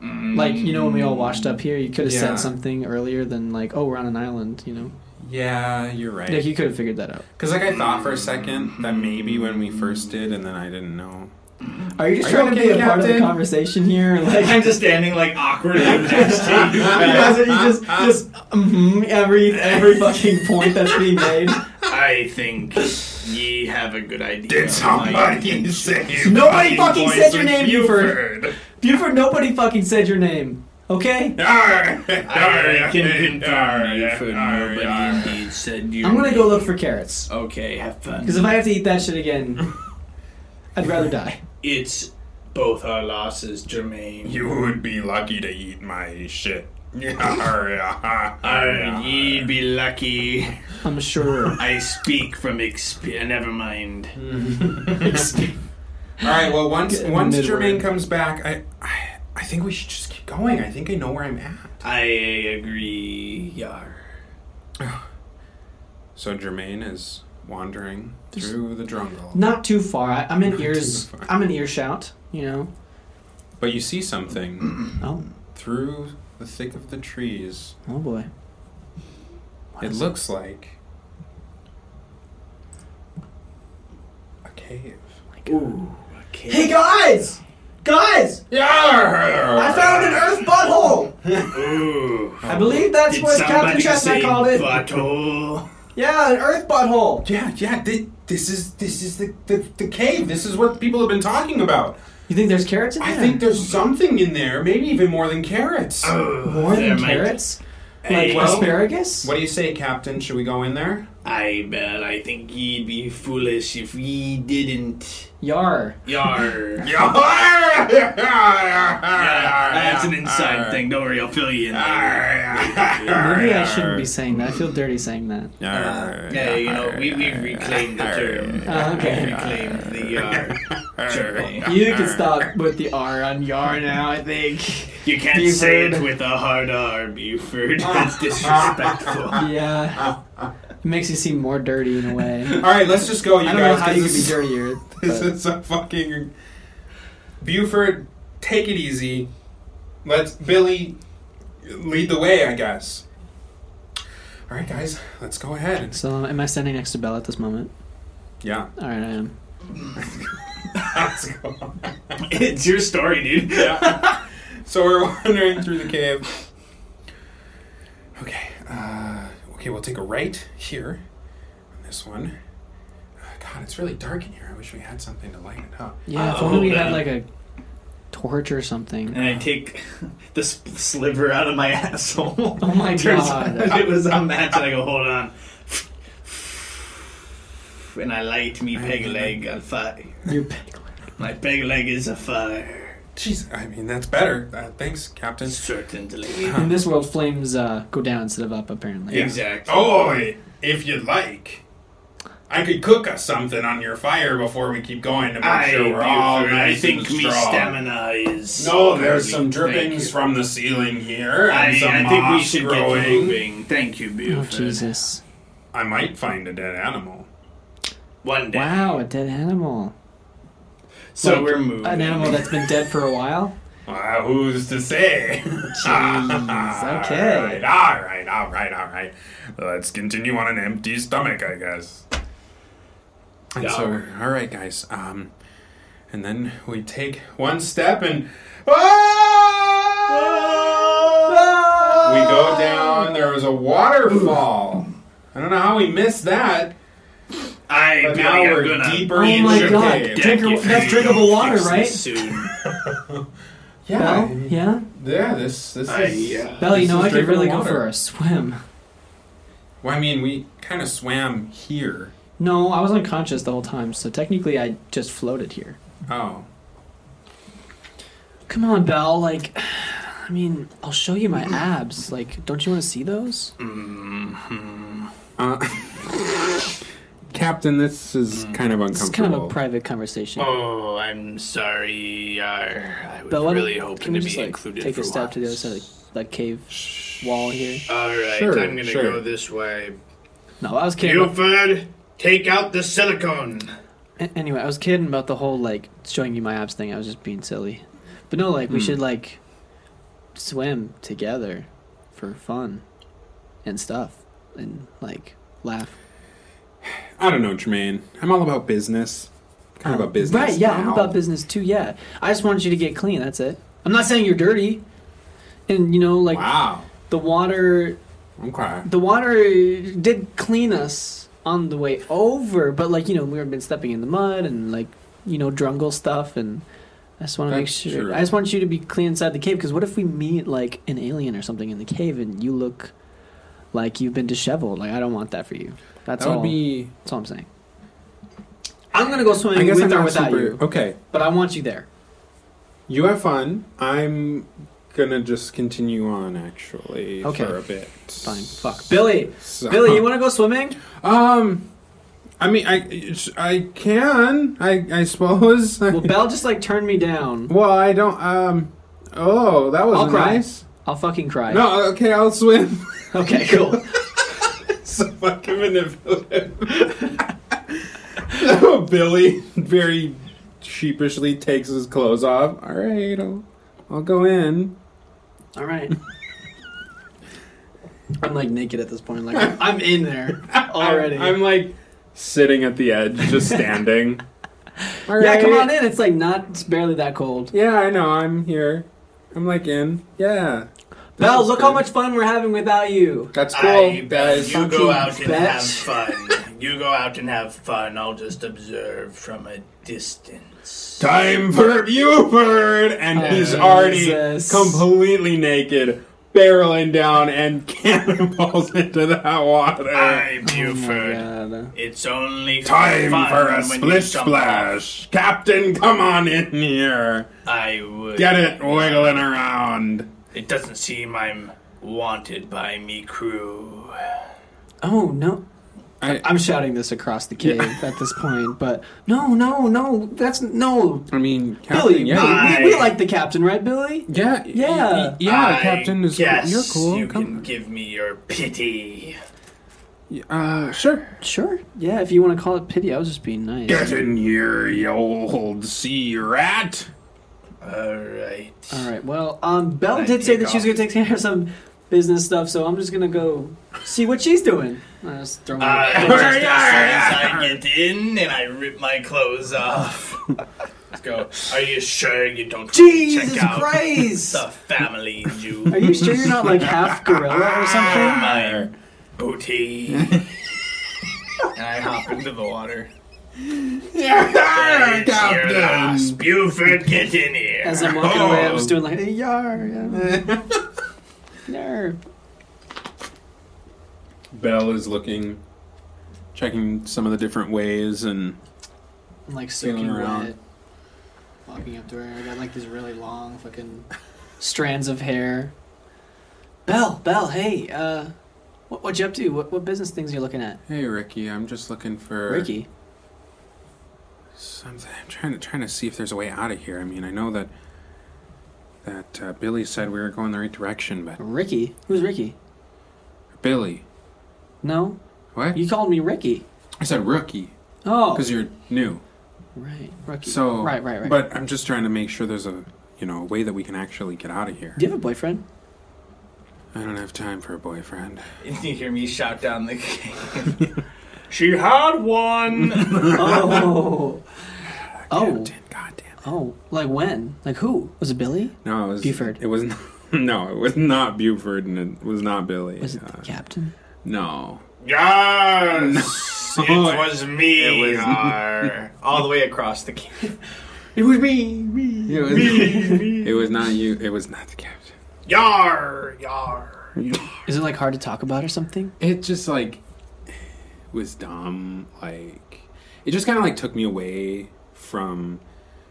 Speaker 4: Like you know, when we all washed up here, you could have
Speaker 3: Mm-hmm. Yeah.
Speaker 4: said something earlier than like, "Oh, we're on an island." You know,
Speaker 3: Yeah, you're
Speaker 4: like
Speaker 3: right.
Speaker 4: you could have figured that out.
Speaker 3: Because like I thought for a second that maybe when we first did, and then I didn't know.
Speaker 4: Are you just
Speaker 3: Are you
Speaker 4: trying to be
Speaker 3: okay,
Speaker 4: a part of the
Speaker 3: Captain?
Speaker 4: conversation here? Like,
Speaker 1: I'm just standing like awkwardly next to you.
Speaker 4: you guys are- you just just mhm, every every fucking point that's being made.
Speaker 1: I think ye have a good idea.
Speaker 3: Did
Speaker 1: of my
Speaker 3: somebody
Speaker 1: intentions.
Speaker 3: say?
Speaker 4: Nobody
Speaker 3: my
Speaker 4: fucking
Speaker 3: voice
Speaker 4: said your
Speaker 3: was
Speaker 4: name, Buford. Buford, nobody fucking said your name. Okay,
Speaker 3: Arr,
Speaker 1: I
Speaker 3: arr,
Speaker 1: can
Speaker 3: arr,
Speaker 1: confirm you for
Speaker 3: arr,
Speaker 1: nobody
Speaker 3: arr.
Speaker 1: indeed said you.
Speaker 4: I'm gonna go look for carrots
Speaker 1: Okay, have fun.
Speaker 4: because if I have to eat that shit again, I'd rather die.
Speaker 1: It's both our losses, Jermaine.
Speaker 3: You would be lucky to eat my shit.
Speaker 1: Arr,
Speaker 3: Yeah.
Speaker 1: ye be lucky.
Speaker 4: I'm sure.
Speaker 1: I speak from experience. Never mind.
Speaker 3: All right. Well, once once
Speaker 4: midword.
Speaker 3: Jermaine comes back, I, I I think we should just keep going. I think I know where I'm at.
Speaker 1: I agree, Yar.
Speaker 3: So Jermaine is wandering through the jungle,
Speaker 4: Not too far. I, I'm in
Speaker 3: too
Speaker 4: ears.
Speaker 3: far.
Speaker 4: I'm in earshot. You know.
Speaker 3: but you see something
Speaker 4: Oh,
Speaker 3: through the thick of the trees.
Speaker 4: oh boy.
Speaker 3: It looks like a cave.
Speaker 5: Hey guys! Guys! I found an earth butthole!
Speaker 1: Ooh.
Speaker 5: I believe that's
Speaker 1: Did
Speaker 5: what Captain
Speaker 1: somebody
Speaker 5: Chestnut
Speaker 1: say
Speaker 5: called it.
Speaker 1: butthole?
Speaker 5: yeah, an earth butthole.
Speaker 3: Yeah, yeah. Thi- this is this is the, the the cave. This is what people have been talking about.
Speaker 4: You think there's carrots in
Speaker 3: I
Speaker 4: there?
Speaker 3: think there's something in there, maybe even more than carrots.
Speaker 4: more
Speaker 1: There
Speaker 4: than
Speaker 1: might-
Speaker 4: carrots.
Speaker 1: Hey,
Speaker 4: like
Speaker 3: well-
Speaker 4: asparagus.
Speaker 3: What do you say, Captain? Should we go in there?
Speaker 1: I Bell, I think ye'd be foolish if ye didn't.
Speaker 4: Yar.
Speaker 1: Yar.
Speaker 3: That's
Speaker 1: That's an inside thing. Don't worry, I'll fill you in.
Speaker 4: Maybe I shouldn't be saying that. I feel dirty saying that.
Speaker 1: Yeah, you know, we, we've reclaimed the term.
Speaker 4: Uh, okay.
Speaker 1: Reclaimed the yar. Jermaine.
Speaker 4: You can stop with the R on Yar now. I think.
Speaker 1: You can't say it
Speaker 4: Buford.
Speaker 1: with a hard R, Buford. That's disrespectful.
Speaker 4: Yeah. It makes you seem more dirty in a way.
Speaker 3: All right, let's just go, you
Speaker 4: I don't know
Speaker 3: guys.
Speaker 4: how you could
Speaker 3: this
Speaker 4: be
Speaker 3: is-
Speaker 4: dirtier.
Speaker 3: This
Speaker 4: but-
Speaker 3: is a fucking Buford. Take it easy. Let's Billy lead the way, I guess. All right, guys, let's go ahead.
Speaker 4: So, am I standing next to Belle at this moment?
Speaker 3: Yeah,
Speaker 4: All right, I am.
Speaker 3: let's go.
Speaker 1: It's your story, dude.
Speaker 3: yeah. So we're wandering through the cave. Okay. Uh, okay, we'll take a right here on this one. Uh, God, it's really dark in here. I wish we had something to light it up.
Speaker 4: Yeah, if
Speaker 1: Oh,
Speaker 4: only we
Speaker 1: man.
Speaker 4: had like a torch or something.
Speaker 1: And I take the s- sliver out of my asshole.
Speaker 4: Oh my
Speaker 1: Turns
Speaker 4: God.
Speaker 1: out it was a match, and I go, hold on. And I light me peg leg on fire.
Speaker 4: Your pig.
Speaker 1: My peg leg is afire.
Speaker 3: Jeez, I mean, that's better. Uh, thanks, Captain.
Speaker 1: Certainly.
Speaker 4: In this world, flames uh, go down instead of up, apparently.
Speaker 1: Exactly.
Speaker 3: Oh, if you'd like. I could cook us something on your fire before we keep going to make
Speaker 1: I,
Speaker 3: sure we're all
Speaker 1: Buford, I
Speaker 3: nice and
Speaker 1: think me
Speaker 3: strong.
Speaker 1: stamina is.
Speaker 3: No, there's some
Speaker 1: Thank
Speaker 3: drippings
Speaker 1: you.
Speaker 3: from the ceiling here,
Speaker 1: I,
Speaker 3: and some
Speaker 1: I think we
Speaker 3: moss
Speaker 1: should
Speaker 3: growing.
Speaker 1: get moving. Thank you, Buford.
Speaker 4: Oh, Jesus.
Speaker 3: I might find a dead animal.
Speaker 1: One day.
Speaker 4: Wow, a dead animal.
Speaker 1: So
Speaker 4: Like,
Speaker 1: we're moving.
Speaker 4: An animal that's been dead for a while?
Speaker 3: Well, who's to say?
Speaker 4: Jeez,
Speaker 3: All right,
Speaker 4: okay.
Speaker 3: all right, all right, all right. Let's continue on an empty stomach, I guess. And so, all right, guys. Um, and then we take one step and. Ah! We go down. There was a waterfall. I don't know how we missed that.
Speaker 1: I
Speaker 3: But
Speaker 1: Billy,
Speaker 3: now
Speaker 1: I'm
Speaker 3: we're
Speaker 1: gonna
Speaker 3: deeper
Speaker 4: Oh
Speaker 3: in
Speaker 4: my
Speaker 3: the
Speaker 4: God.
Speaker 3: cave.
Speaker 4: Drink-
Speaker 1: Deck if
Speaker 4: that's
Speaker 1: you
Speaker 4: drinkable
Speaker 1: don't
Speaker 4: water,
Speaker 1: fix this
Speaker 4: right?
Speaker 1: Soon.
Speaker 3: Yeah, I
Speaker 4: Belle?
Speaker 3: mean,
Speaker 4: Yeah?
Speaker 3: yeah. This this
Speaker 1: I,
Speaker 3: is.
Speaker 1: uh,
Speaker 4: Belle, you
Speaker 3: This
Speaker 4: know,
Speaker 3: is
Speaker 4: I could
Speaker 3: drinkable
Speaker 4: really go
Speaker 3: water.
Speaker 4: for a swim.
Speaker 3: Well, I mean, we kind of swam here.
Speaker 4: No, I was unconscious the whole time, so technically I just floated here.
Speaker 3: Oh.
Speaker 4: Come on, Belle. Like, I mean, I'll show you my abs. Like, don't you want to see those?
Speaker 3: Captain, this is kind of uncomfortable.
Speaker 4: Hmm. It's kind of a private conversation.
Speaker 1: Oh, I'm sorry. Yar. I was
Speaker 4: But what
Speaker 1: really hoping
Speaker 4: can we
Speaker 1: to be
Speaker 4: just, like,
Speaker 1: included
Speaker 4: Take
Speaker 1: for Uh,
Speaker 4: a step to the other side of the like, cave wall here.
Speaker 1: All right,
Speaker 3: Sure,
Speaker 1: I'm gonna
Speaker 3: sure.
Speaker 1: go this way.
Speaker 4: No, I was kidding. about-
Speaker 1: Buford, take out the silicone.
Speaker 4: a- anyway, I was kidding about the whole like showing you my abs thing. I was just being silly. But no,
Speaker 1: Hmm.
Speaker 4: like we should like swim together for fun and stuff, and like laugh.
Speaker 3: I don't know, Jermaine. I'm all about business. Kind of a business.
Speaker 4: Right, yeah, I'm
Speaker 3: pal.
Speaker 4: about business too, yeah. I just wanted you to get clean, that's it. I'm not saying you're dirty. And you know, like
Speaker 3: Wow.
Speaker 4: the water
Speaker 3: Okay.
Speaker 4: the water did clean us on the way over, but like, you know, we've been stepping in the mud and like, you know, drungle stuff and I just want to make
Speaker 3: That's
Speaker 4: sure.
Speaker 3: true.
Speaker 4: I just want you to be clean inside the cave because what if we meet like an alien or something in the cave and you look like you've been disheveled? Like I don't want that for you. That's
Speaker 3: That
Speaker 4: all.
Speaker 3: would be.
Speaker 4: that's all I'm saying. I'm gonna go swimming
Speaker 3: I guess
Speaker 4: with
Speaker 3: I'm
Speaker 4: or
Speaker 3: not
Speaker 4: without
Speaker 3: super.
Speaker 4: you,
Speaker 3: Okay.
Speaker 4: but I want you there.
Speaker 3: You have fun. I'm gonna just continue on actually
Speaker 4: Okay.
Speaker 3: for a bit.
Speaker 4: Fine. Fuck. Billy.
Speaker 3: So-
Speaker 4: Billy, you want to go swimming?
Speaker 3: Um, I mean, I it's- I can. I I suppose.
Speaker 4: Well, Belle just like turned me down.
Speaker 3: well, I don't. Um. Oh, that was
Speaker 4: I'll cry.
Speaker 3: nice.
Speaker 4: I'll fucking cry.
Speaker 3: No, okay, I'll swim.
Speaker 4: Okay, cool.
Speaker 3: so fucking manipulative. so Billy very sheepishly takes his clothes off. All right, I'll, I'll go in.
Speaker 4: All right. I'm like naked at this point. Like I'm in there already.
Speaker 3: I'm, I'm, like sitting at the edge, just standing. All
Speaker 4: yeah, come
Speaker 3: right.
Speaker 4: on in. It's like not. It's barely that cold.
Speaker 3: Yeah, I know. I'm here. I'm like in. Yeah,
Speaker 4: Belle, look how
Speaker 3: good.
Speaker 4: much fun we're having without you.
Speaker 3: that's cool.
Speaker 1: I bet you
Speaker 4: fucking
Speaker 1: go out and have
Speaker 4: bitch.
Speaker 1: fun. you go out and have fun. I'll just observe from a distance.
Speaker 3: Time for Buford, and he's already
Speaker 4: Jesus.
Speaker 3: completely naked, barreling down and cannonballs into that water.
Speaker 1: Hi, Buford.
Speaker 4: Oh God.
Speaker 1: it's only
Speaker 3: Time
Speaker 1: fun
Speaker 3: for a
Speaker 1: when you
Speaker 3: split
Speaker 1: jump off.
Speaker 3: splash, Captain! Come on in here.
Speaker 1: I would
Speaker 3: Get it wiggling around.
Speaker 1: It doesn't seem I'm wanted by me crew.
Speaker 4: Oh no.
Speaker 3: I-
Speaker 4: I, I'm shouting this across the cave at this point, but no, no, no, that's no,
Speaker 3: I mean,
Speaker 4: Billy.
Speaker 3: yeah,
Speaker 4: we, we, we like the captain, right, Billy?
Speaker 3: yeah,
Speaker 4: Yeah.
Speaker 3: yeah.
Speaker 1: I
Speaker 3: Captain is
Speaker 1: guess
Speaker 3: you're cool.
Speaker 1: You can
Speaker 3: Come,
Speaker 1: give me your pity.
Speaker 3: uh, sure.
Speaker 4: Sure. Yeah, if you want to call it pity, I was just being nice.
Speaker 3: Get in here, you old sea rat.
Speaker 1: All right.
Speaker 4: All right. Well, um, Belle
Speaker 1: I
Speaker 4: did say
Speaker 1: take
Speaker 4: that she was
Speaker 1: off.
Speaker 4: going to take care of some business stuff, so I'm just going to go see what she's doing. I just throw my-
Speaker 1: I just as I get in and I rip my clothes off. Let's go. Are you sure you don't want to
Speaker 4: Jesus
Speaker 1: check out
Speaker 4: Christ!
Speaker 1: the family you
Speaker 4: Are you sure you're not like half gorilla or something?
Speaker 1: my booty? and I hop into the water.
Speaker 3: Yeah,
Speaker 1: It's your loss.
Speaker 3: Captain.
Speaker 1: Buford, get in here.
Speaker 4: As I'm walking away, I was doing like "Hey, yar, yar, yar.
Speaker 3: Bell is looking, checking some of the different ways, and
Speaker 4: I'm like soaking
Speaker 3: Feeling around.
Speaker 4: wet, walking up to her. I got like these really long fucking strands of hair. Belle, Belle, hey, uh, what what you up to? What what business things you looking at,
Speaker 3: hey, Ricky, I'm just looking for
Speaker 4: Ricky?
Speaker 3: Something. I'm trying to trying to see if there's a way out of here. I mean, I know that that uh, Billy said we were going the right direction, but
Speaker 4: Ricky, who's Ricky?
Speaker 3: Billy,
Speaker 4: No,
Speaker 3: what?
Speaker 4: You called me Ricky.
Speaker 3: I said rookie
Speaker 4: Oh,
Speaker 3: because you're new.
Speaker 4: right, Ricky.
Speaker 3: So
Speaker 4: right, right, right.
Speaker 3: But I'm just trying to make sure there's a you know a way that we can actually get out of here.
Speaker 4: do you have a boyfriend?
Speaker 3: I don't have time for a boyfriend.
Speaker 1: You hear me shout down the cave. she had one.
Speaker 4: Oh, oh,
Speaker 3: Captain, God damn it.
Speaker 4: oh! Like when? Like who? Was it Billy?
Speaker 3: No, it was
Speaker 4: Buford.
Speaker 3: It was n- no, it was not Buford, and it was not Billy.
Speaker 4: Was it
Speaker 3: Uh,
Speaker 4: the captain?
Speaker 3: no.
Speaker 1: Yes, it was me.
Speaker 3: It was-
Speaker 1: Arr. all the way across the cave.
Speaker 4: It was me. me.
Speaker 3: It was, it was not you. It was not the captain.
Speaker 1: Yar, yar.
Speaker 4: Is it like hard to talk about or something?
Speaker 3: it just like was dumb like it just kind of like took me away from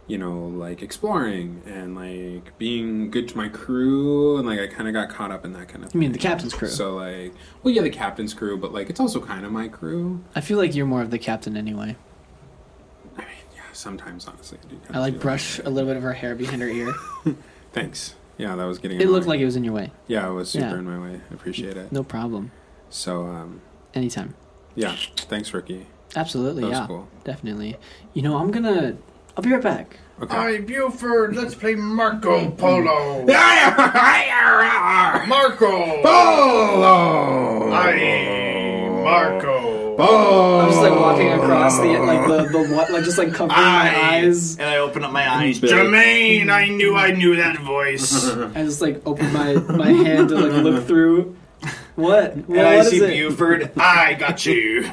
Speaker 3: you know like exploring and like being good to my crew and like i kind of got caught up in that kind of
Speaker 4: I mean, the captain's crew.
Speaker 3: so like well yeah the captain's crew but like it's also kind of my crew
Speaker 4: I feel like you're more of the captain anyway.
Speaker 3: i mean yeah sometimes honestly i do kinda
Speaker 4: I like
Speaker 3: feel-
Speaker 4: brush a little bit of her hair behind her ear.
Speaker 3: thanks yeah that was getting
Speaker 4: It
Speaker 3: in my
Speaker 4: looked
Speaker 3: way.
Speaker 4: like it was in your way.
Speaker 3: yeah it was super
Speaker 4: Yeah.
Speaker 3: in my way i appreciate it
Speaker 4: No problem.
Speaker 3: so um
Speaker 4: Anytime.
Speaker 3: yeah thanks ricky
Speaker 4: Absolutely.
Speaker 3: That was
Speaker 4: yeah.
Speaker 3: cool.
Speaker 4: Definitely. You know, I'm gonna. I'll be right back.
Speaker 3: okay
Speaker 1: Hi, Buford. Let's play Marco Polo. Marco.
Speaker 3: Polo!
Speaker 1: Hi, Marco.
Speaker 3: Polo!
Speaker 4: I'm just like walking across the like the the what like just like covering my
Speaker 1: I-
Speaker 4: eyes.
Speaker 1: And I open up my eyes.
Speaker 3: Big.
Speaker 1: Jermaine, I knew I knew that voice.
Speaker 4: I just like open my my hand to like look through. What? What,
Speaker 1: and I
Speaker 4: what is
Speaker 1: see
Speaker 4: it?
Speaker 1: Buford. I got you.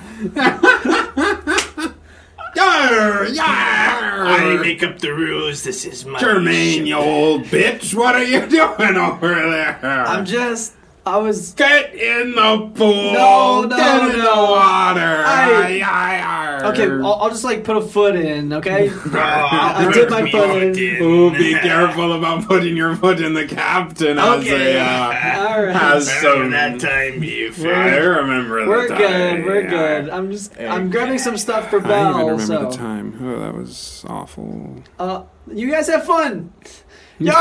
Speaker 3: Yarr, yarr!
Speaker 1: I make up the rules. This is my
Speaker 3: Jermaine,
Speaker 1: ship.
Speaker 3: you old bitch, what are you doing over there?
Speaker 4: I'm just. I was.
Speaker 3: Get in the pool!
Speaker 4: No, no,
Speaker 3: Get in
Speaker 4: no.
Speaker 3: the water!
Speaker 4: I-
Speaker 3: Ay, ay,
Speaker 4: Okay, I'll, I'll just like put a foot in. Okay,
Speaker 1: I,
Speaker 4: I dip my foot in.
Speaker 6: Ooh, be careful about putting your foot in the captain, uh,
Speaker 4: Okay.
Speaker 6: Isaiah.
Speaker 4: all right,
Speaker 6: Has some.
Speaker 1: that time you
Speaker 6: I
Speaker 1: failed.
Speaker 6: remember
Speaker 4: we're
Speaker 6: the
Speaker 4: good.
Speaker 6: time.
Speaker 4: We're
Speaker 6: Yeah.
Speaker 4: good. I'm just I'm grabbing some stuff for
Speaker 7: I don't even
Speaker 4: Belle.
Speaker 7: remember the
Speaker 4: So
Speaker 7: time. Oh, that was awful.
Speaker 4: uh, you guys have fun. Yar,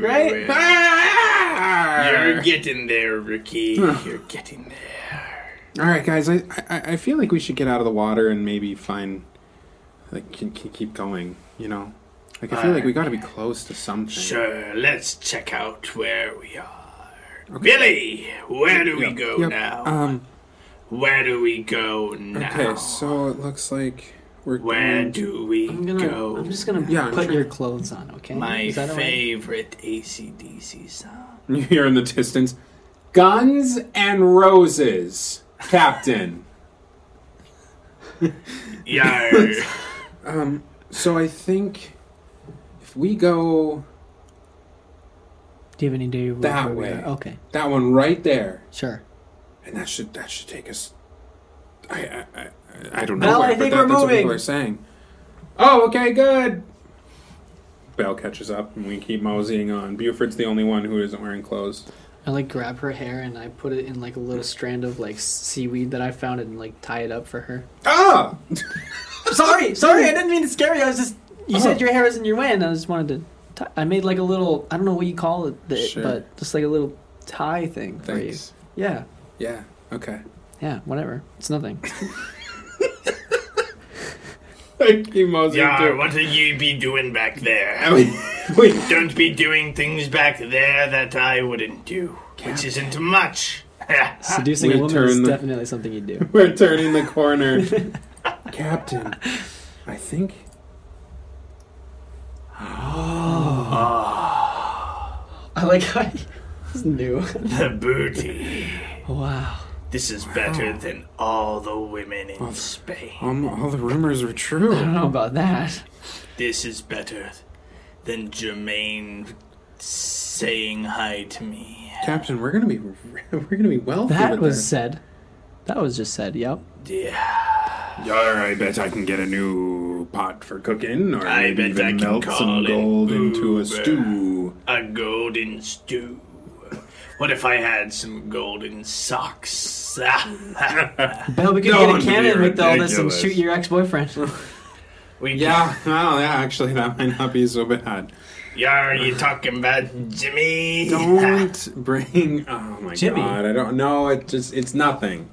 Speaker 4: right?
Speaker 1: You're getting there, Ricky. You're getting there.
Speaker 6: All right, guys. I, I I feel like we should get out of the water and maybe find like can, can keep going. You know, like I feel like we got to be close to something.
Speaker 1: Sure, let's check out where we are. Billy, where do we go
Speaker 6: Yep,
Speaker 1: now?
Speaker 4: Uh,
Speaker 6: Um.
Speaker 1: where do we go now?
Speaker 6: Okay. So it looks like we're
Speaker 1: where
Speaker 6: going to-
Speaker 1: do we
Speaker 4: I'm gonna.
Speaker 1: go?
Speaker 4: I'm just gonna
Speaker 6: Yeah, I'm
Speaker 4: put
Speaker 6: sure.
Speaker 4: your clothes on. Okay.
Speaker 1: My
Speaker 4: Is that all right?
Speaker 1: favorite ACDC song.
Speaker 6: you hear in the distance? Guns and roses, Captain.
Speaker 1: Yar.
Speaker 6: so I think if we go
Speaker 4: Do you have any idea where
Speaker 6: That
Speaker 4: where we
Speaker 6: way.
Speaker 4: are? Okay,
Speaker 6: that one right there,
Speaker 4: sure.
Speaker 6: and that should that should take us. I I, I, I don't know.
Speaker 4: Belle,
Speaker 6: where,
Speaker 4: I
Speaker 6: but
Speaker 4: think
Speaker 6: that-
Speaker 4: we're
Speaker 6: that's what people
Speaker 4: moving.
Speaker 6: are saying. Oh, okay, good. Bell catches up, and we keep moseying on. Buford's the only one who isn't wearing clothes.
Speaker 4: I like grab her hair and I put it in like a little strand of like seaweed that I found and like tie it up for her.
Speaker 6: Ah,
Speaker 4: sorry, sorry, I didn't mean to scare you. I was just you
Speaker 6: Oh.
Speaker 4: said your hair was in your way, and I just wanted to. Tie. I made like a little. I don't know what you call it, the,
Speaker 6: Sure.
Speaker 4: but just like a little tie thing for
Speaker 6: thanks.
Speaker 4: you. Yeah,
Speaker 6: Yeah. Okay.
Speaker 4: yeah, whatever. It's nothing.
Speaker 6: I keep moseying
Speaker 1: Yar,
Speaker 6: through.
Speaker 1: what are you be doing back
Speaker 6: And
Speaker 1: there?
Speaker 4: Oh,
Speaker 6: we, we
Speaker 1: Don't be doing things back there that I wouldn't do, which isn't much.
Speaker 4: Seducing
Speaker 6: We
Speaker 4: a woman is
Speaker 6: turn the-
Speaker 4: definitely something you do.
Speaker 6: We're turning the corner. Captain, I think.
Speaker 4: I like. how I it's new.
Speaker 1: the booty.
Speaker 4: Wow.
Speaker 1: This is
Speaker 6: Oh.
Speaker 1: better than all the women in Spain.
Speaker 6: Um, all the rumors were
Speaker 4: I
Speaker 6: true.
Speaker 4: don't know about that.
Speaker 1: This is better than Jermaine saying hi to me.
Speaker 6: Captain, we're gonna be we're gonna be wealthy.
Speaker 4: That
Speaker 6: with
Speaker 4: was said. That was just said. Yep.
Speaker 1: Yeah.
Speaker 6: Yar, I bet I can get a new pot for cooking, or
Speaker 1: I
Speaker 6: maybe
Speaker 1: bet I
Speaker 6: even
Speaker 1: can
Speaker 6: melt
Speaker 1: call
Speaker 6: some
Speaker 1: it
Speaker 6: gold into a
Speaker 1: Uber.
Speaker 6: stew.
Speaker 1: A golden stew. What if I had some golden socks?
Speaker 4: Bell, we could
Speaker 6: That would
Speaker 4: get a
Speaker 6: be
Speaker 4: cannon with all this and
Speaker 6: ridiculous.
Speaker 4: shoot your ex-boyfriend.
Speaker 1: we
Speaker 6: Yeah, well, yeah, actually, that might not be so bad.
Speaker 1: Yar, you talking about Jimmy?
Speaker 6: Don't bring. Oh my
Speaker 4: Jimmy.
Speaker 6: god, I don't know. It just it's nothing.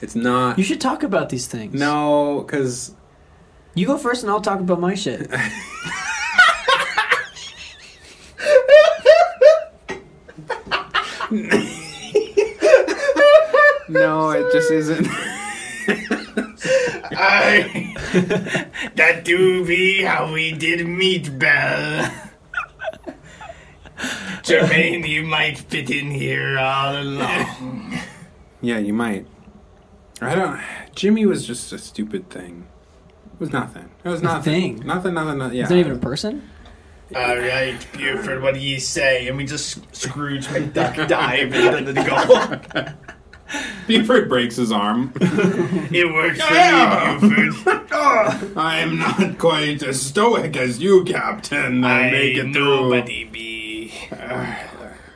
Speaker 6: It's not.
Speaker 4: you should talk about these things.
Speaker 6: no, because
Speaker 4: You go first, and I'll talk about my shit.
Speaker 6: no, it just isn't.
Speaker 1: I, that do be how we did meet, Belle. Jermaine, you might fit in here all along.
Speaker 6: Yeah, you might. I don't. Jimmy was just a stupid thing. It was nothing. It was nothing.
Speaker 4: thing.
Speaker 6: Nothing. Nothing. Nothing. Yeah.
Speaker 4: Is that even a person?
Speaker 1: All right, Buford, what do you say? And we just Scrooge McDuck dive into the goal.
Speaker 6: Buford breaks his arm.
Speaker 1: It worked for
Speaker 6: Yeah.
Speaker 1: me, Buford.
Speaker 6: I am not quite as stoic as you, Captain. I
Speaker 1: I
Speaker 6: make it through.
Speaker 1: nobody be.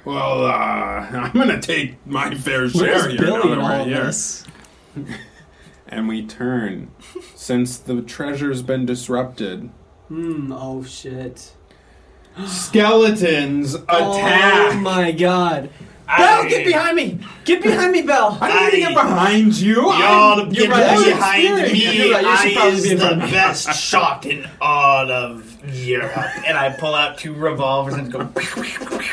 Speaker 6: Well, uh, I'm gonna take my fair share.
Speaker 4: Where's
Speaker 6: here, now
Speaker 4: Billy in
Speaker 6: that we're
Speaker 4: all
Speaker 6: here.
Speaker 4: this?
Speaker 6: And we turn. Since the treasure's been disrupted,
Speaker 4: Hmm. Oh shit.
Speaker 6: skeletons
Speaker 4: Oh
Speaker 6: attack.
Speaker 4: my god. Bell, get behind me! Get behind me, Bell!
Speaker 6: I need to get behind you.
Speaker 1: Y'all
Speaker 6: I'm-
Speaker 1: get
Speaker 6: you're right, I'm
Speaker 1: behind
Speaker 6: experienced.
Speaker 1: me.
Speaker 4: You're right, you should
Speaker 1: I
Speaker 4: probably
Speaker 1: is
Speaker 4: be in
Speaker 1: the
Speaker 4: front of me.
Speaker 1: best shot in all of Europe. And I pull out two revolvers and go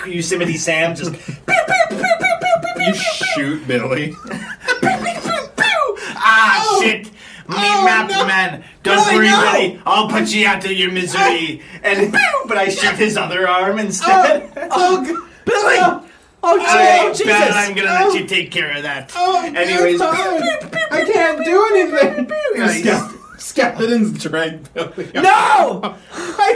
Speaker 1: Yosemite Sam just pew, pew, pew, pew, pew, pew,
Speaker 6: You shoot Billy.
Speaker 1: pew, pew. Ah
Speaker 4: Oh.
Speaker 1: shit. Me map man. Don't
Speaker 6: Billy,
Speaker 1: worry,
Speaker 6: no.
Speaker 1: Billy. I'll put you out of your misery. and pew, but I shoot his other arm instead.
Speaker 4: Oh, g- Billy! Oh,
Speaker 1: All
Speaker 4: gee-
Speaker 1: right,
Speaker 4: oh, Jesus!
Speaker 1: Belle, I'm gonna let you take care of that. Anyways,
Speaker 6: I can't do anything.
Speaker 1: Nice.
Speaker 6: Ske- Skeletons drag Billy. up.
Speaker 4: No!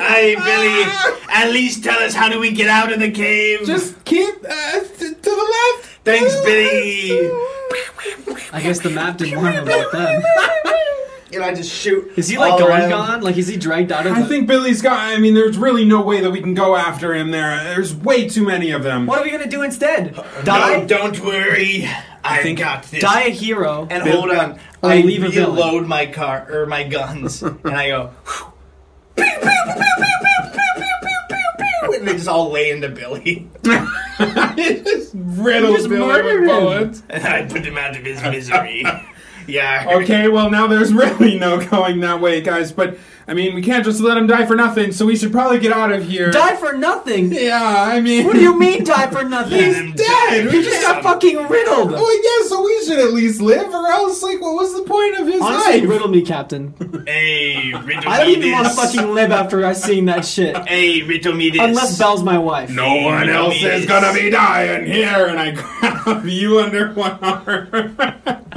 Speaker 1: hey Billy,
Speaker 4: Ah.
Speaker 1: at least tell us how do we get out of the cave?
Speaker 6: Just keep uh, t- to the left.
Speaker 1: Thanks, Billy.
Speaker 4: I guess the map didn't want to about them.
Speaker 8: and I just shoot.
Speaker 4: Is he like
Speaker 8: all
Speaker 4: gone,
Speaker 8: around.
Speaker 4: gone? Like, is he dragged out of
Speaker 6: I
Speaker 4: the-
Speaker 6: think Billy's got. I mean, there's really no way that we can go after him there. There's way too many of them.
Speaker 4: What are we gonna do instead? Die?
Speaker 1: No, don't worry. I
Speaker 6: think-
Speaker 1: got this.
Speaker 4: Die a hero.
Speaker 1: And hold on.
Speaker 4: Or
Speaker 1: I
Speaker 4: leave a villain.
Speaker 1: reload my car or my guns, and I go. "Pew, pew, pew, pew, pew, pew, pew, pew, pew, pew," And they just all lay into Billy,
Speaker 6: Just riddle
Speaker 4: Just
Speaker 6: Billy
Speaker 4: murdered
Speaker 6: with
Speaker 4: him.
Speaker 6: bullets.
Speaker 1: and I put him out of his misery. yeah.
Speaker 6: Okay, well now there's really no going that way, guys. But I mean, we can't just let him die for nothing. So we should probably get out of here.
Speaker 4: Die for nothing?
Speaker 6: Yeah, I mean.
Speaker 4: What do you mean die for nothing?
Speaker 1: He's
Speaker 6: dead.
Speaker 4: He just got fucking riddled.
Speaker 6: Well, yeah, so we should at least live, or else, like, what was the point of his
Speaker 4: Honestly,
Speaker 6: life?
Speaker 4: riddle me, Captain.
Speaker 1: Hey, riddle
Speaker 4: I don't
Speaker 1: me
Speaker 4: even want to
Speaker 1: this.
Speaker 4: fucking live after I've seen that shit.
Speaker 1: Hey, riddle me this.
Speaker 4: Unless Belle's my wife.
Speaker 6: No one else is gonna be dying here, and I grab you under one arm. and
Speaker 4: big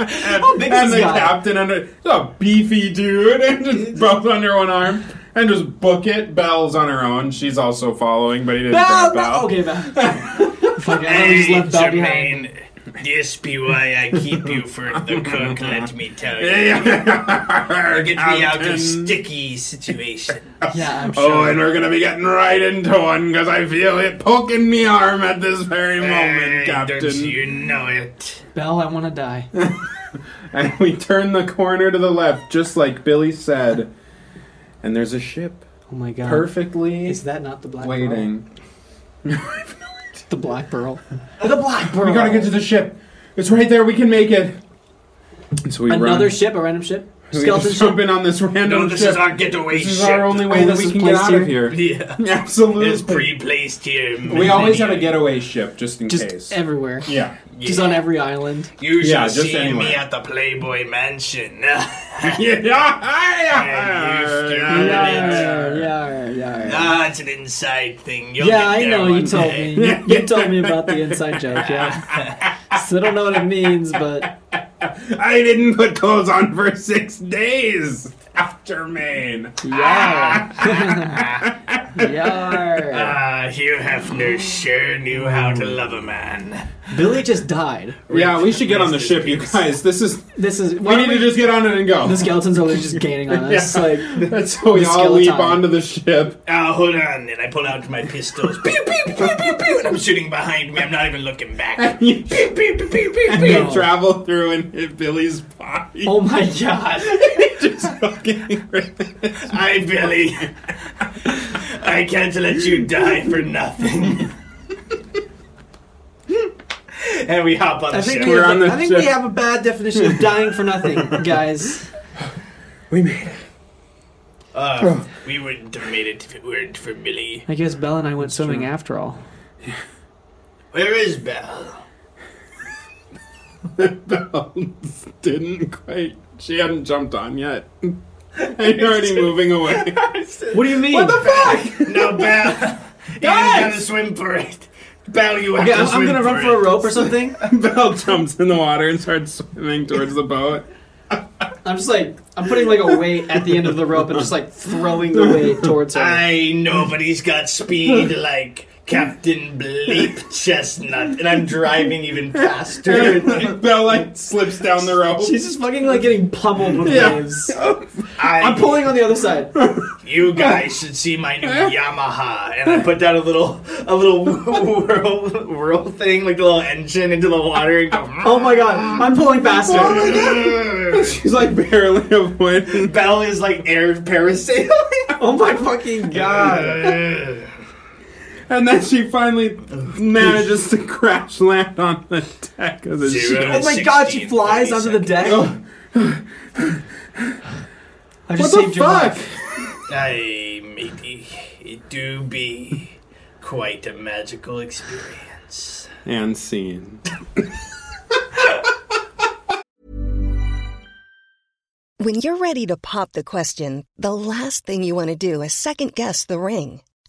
Speaker 4: is
Speaker 6: and
Speaker 4: this
Speaker 6: the
Speaker 4: guy?
Speaker 6: captain under a beefy dude, and just both under one arm, and just book it. Belle's on her own. She's also following, but he didn't
Speaker 4: Belle, Belle.
Speaker 6: grab Belle.
Speaker 4: Okay, Belle. Fuck it, I just
Speaker 1: Hey,
Speaker 4: left Belle behind.
Speaker 1: Jermaine. This be why I keep you for the cook. Let me tell you.
Speaker 6: Yeah.
Speaker 1: Get me out
Speaker 6: Captain.
Speaker 1: of sticky situations.
Speaker 4: Yeah, I'm sure.
Speaker 6: Oh, and we're gonna be getting right into one because I feel it poking me arm at this very moment,
Speaker 1: Hey, Don't
Speaker 6: Captain.
Speaker 1: you know it?
Speaker 4: Belle, I want to die. Oh
Speaker 6: And we turn the corner to the left, just like Billy said. And there's a ship
Speaker 4: Oh my god.
Speaker 6: perfectly
Speaker 4: Is that not the black pearl?
Speaker 6: waiting.
Speaker 4: The black pearl. the black pearl.
Speaker 6: We gotta get to the ship. It's right there. We can make it. And so we
Speaker 4: Another
Speaker 6: run.
Speaker 4: ship, a random ship,
Speaker 6: We
Speaker 4: skeleton
Speaker 6: just jump
Speaker 4: ship.
Speaker 6: in on this random
Speaker 1: No, this
Speaker 6: ship.
Speaker 1: is our getaway
Speaker 6: This is
Speaker 1: ship.
Speaker 6: our only way
Speaker 4: Oh,
Speaker 6: that
Speaker 4: this
Speaker 6: we
Speaker 4: is
Speaker 6: can get
Speaker 4: placed
Speaker 6: out of
Speaker 4: here?
Speaker 6: here.
Speaker 1: Yeah.
Speaker 6: Absolutely.
Speaker 1: It's pre-placed here.
Speaker 6: we always have a
Speaker 1: millennia.
Speaker 6: getaway ship just in
Speaker 4: Just
Speaker 6: case.
Speaker 4: everywhere.
Speaker 6: yeah.
Speaker 4: Just on every island.
Speaker 1: You should
Speaker 6: Yeah,
Speaker 1: yeah,
Speaker 6: just
Speaker 1: see
Speaker 6: anywhere.
Speaker 1: me at the Playboy Mansion.
Speaker 4: Yeah,
Speaker 1: Yeah.
Speaker 4: yeah, yeah.
Speaker 1: That's an inside thing. You'll
Speaker 4: Yeah,
Speaker 1: get
Speaker 4: I
Speaker 1: there
Speaker 4: know. You
Speaker 1: one
Speaker 4: told
Speaker 1: day.
Speaker 4: me. You, you told me about the inside joke. Yeah. so I don't know what it means, but
Speaker 6: I didn't put clothes on for six days after Maine.
Speaker 4: yeah, yeah.
Speaker 1: Ah, you have no sure knew how to love a man.
Speaker 4: Billy just died.
Speaker 6: Yeah, we should get on the ship, you guys. This is.
Speaker 4: This is.
Speaker 6: We need to just get on it and go.
Speaker 4: The skeletons are literally just gaining on us.
Speaker 6: Yeah.
Speaker 4: Like,
Speaker 6: That's how we
Speaker 4: the
Speaker 6: all leap
Speaker 4: skeleton.
Speaker 6: onto the ship.
Speaker 1: Ah, hold on. And I pull out my pistols. pew, pew, pew, pew, pew. And I'm shooting behind me. I'm not even looking back. pew,
Speaker 6: You
Speaker 1: pew, pew, pew, pew,
Speaker 4: No.
Speaker 1: pew.
Speaker 6: travel through and hit Billy's body.
Speaker 4: oh my god.
Speaker 6: Just fucking
Speaker 1: Hi, Billy. I can't let you die for nothing. and we hop on
Speaker 4: I
Speaker 1: the
Speaker 4: think
Speaker 1: ship.
Speaker 4: we
Speaker 6: We're
Speaker 4: have,
Speaker 6: on
Speaker 4: a-
Speaker 6: the
Speaker 4: I think
Speaker 6: ship.
Speaker 4: we have a bad definition of dying for nothing, guys.
Speaker 6: We made it.
Speaker 1: Uh, we wouldn't have made it if it weren't for Billy.
Speaker 4: I guess Belle and I went swimming after all.
Speaker 1: Where is Belle?
Speaker 6: Bounce Um, didn't quite. She hadn't jumped on yet. And you're already moving away.
Speaker 4: What do you mean? What the
Speaker 6: Fuck!
Speaker 1: No, Belle. you gotta swim for it. Belle, you have
Speaker 4: Okay,
Speaker 1: to
Speaker 4: I'm,
Speaker 1: swim
Speaker 4: I'm gonna
Speaker 1: for
Speaker 4: run
Speaker 1: it.
Speaker 4: for a rope or something.
Speaker 6: Belle jumps in the water and starts swimming towards the boat.
Speaker 4: I'm just like I'm putting like a weight at the end of the rope and just like throwing the weight towards her.
Speaker 1: I nobody's got speed like Captain Bleep Chestnut, and I'm driving even faster.
Speaker 6: Like, Belle like slips down the rope.
Speaker 4: She's just fucking like getting pummeled with
Speaker 6: Yeah.
Speaker 4: waves. I'm
Speaker 1: I,
Speaker 4: pulling on the other side.
Speaker 1: you guys should see my new Yamaha, and I put down a little a little whirl whirl thing, like the little engine, into the water and go.
Speaker 4: Oh my god, I'm pulling faster.
Speaker 6: She's like barely avoiding.
Speaker 1: Bell is like air parasailing.
Speaker 4: Oh my fucking god.
Speaker 6: And then she finally manages to crash land on the deck of the
Speaker 1: Zero.
Speaker 6: ship.
Speaker 4: Oh my god, she flies onto the deck.
Speaker 6: Oh.
Speaker 4: I
Speaker 6: What
Speaker 4: just
Speaker 6: the
Speaker 4: saved your
Speaker 6: fuck?
Speaker 4: life.
Speaker 1: Aye, matey, it do be quite a magical experience.
Speaker 6: And scene.
Speaker 9: When you're ready to pop the question, the last thing you want to do is second guess the ring.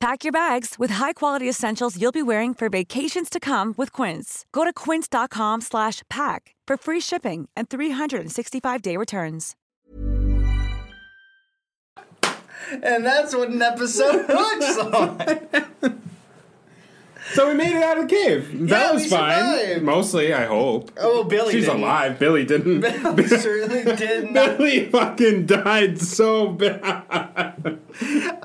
Speaker 10: Pack your bags with high-quality essentials you'll be wearing for vacations to come with Quince. Go to quince.com slash pack for free shipping and 365-day returns.
Speaker 1: And that's what an episode looks like.
Speaker 3: So we made it out of the cave. That
Speaker 1: Yeah,
Speaker 3: was
Speaker 1: we
Speaker 3: fine.
Speaker 1: survived.
Speaker 3: Mostly, I hope.
Speaker 1: Oh, Billy
Speaker 3: She's
Speaker 1: didn't.
Speaker 3: alive. Billy didn't.
Speaker 1: certainly did not.
Speaker 3: Billy fucking died so bad.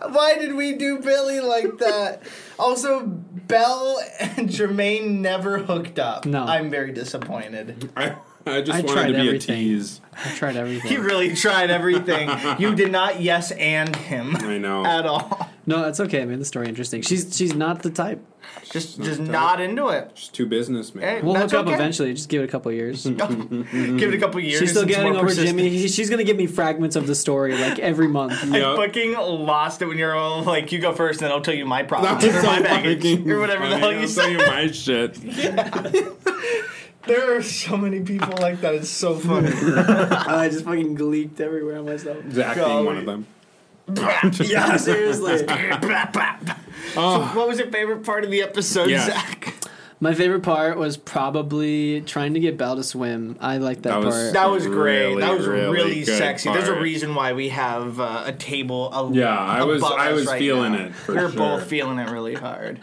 Speaker 1: Why did we do Billy like that? Also, Belle and Jermaine never hooked up.
Speaker 4: No.
Speaker 1: I'm very disappointed.
Speaker 3: I, I just
Speaker 4: I
Speaker 3: wanted
Speaker 4: tried
Speaker 3: to be
Speaker 4: everything.
Speaker 3: a tease.
Speaker 4: I tried everything.
Speaker 1: He really tried everything. you did not yes and him.
Speaker 3: I know.
Speaker 1: At all.
Speaker 4: No, that's okay. I made the story interesting. She's she's not the type.
Speaker 1: Just just not into it.
Speaker 3: Just two businessmen.
Speaker 1: Hey,
Speaker 4: We'll
Speaker 1: that's
Speaker 4: hook up
Speaker 1: okay.
Speaker 4: eventually. Just give it a couple years.
Speaker 1: Give it a couple years.
Speaker 4: She's still
Speaker 1: it's
Speaker 4: getting
Speaker 1: more
Speaker 4: over
Speaker 1: persistent.
Speaker 4: Jimmy. He- She's gonna give me fragments of the story like every month.
Speaker 3: Yeah.
Speaker 1: I fucking lost it when you're all like, you go first, and then I'll tell you my
Speaker 3: That
Speaker 1: problems
Speaker 3: was
Speaker 1: or my
Speaker 3: so
Speaker 1: baggage
Speaker 3: fucking
Speaker 1: or whatever the
Speaker 3: funny.
Speaker 1: hell
Speaker 3: I'll
Speaker 1: you
Speaker 3: tell
Speaker 1: say.
Speaker 3: you my shit.
Speaker 1: There are so many people like that. It's so funny.
Speaker 4: I just fucking leaked everywhere on myself.
Speaker 3: Zach being one of them.
Speaker 4: Yeah, seriously.
Speaker 1: So what was your favorite part of the episode,
Speaker 3: Ah. Yeah.
Speaker 1: Zach?
Speaker 4: My favorite part was probably trying to get Belle to swim. I like that,
Speaker 3: That was-
Speaker 4: part.
Speaker 1: That was great.
Speaker 3: Really,
Speaker 1: that was
Speaker 3: really
Speaker 1: really,
Speaker 3: good
Speaker 1: sexy. There's a
Speaker 3: part.
Speaker 1: reason why we have uh, a table. A,
Speaker 3: Yeah, I was-
Speaker 1: above
Speaker 3: I
Speaker 1: us
Speaker 3: was
Speaker 1: right
Speaker 3: feeling
Speaker 1: now.
Speaker 3: it, for
Speaker 1: we were
Speaker 3: sure.
Speaker 1: both feeling it really hard.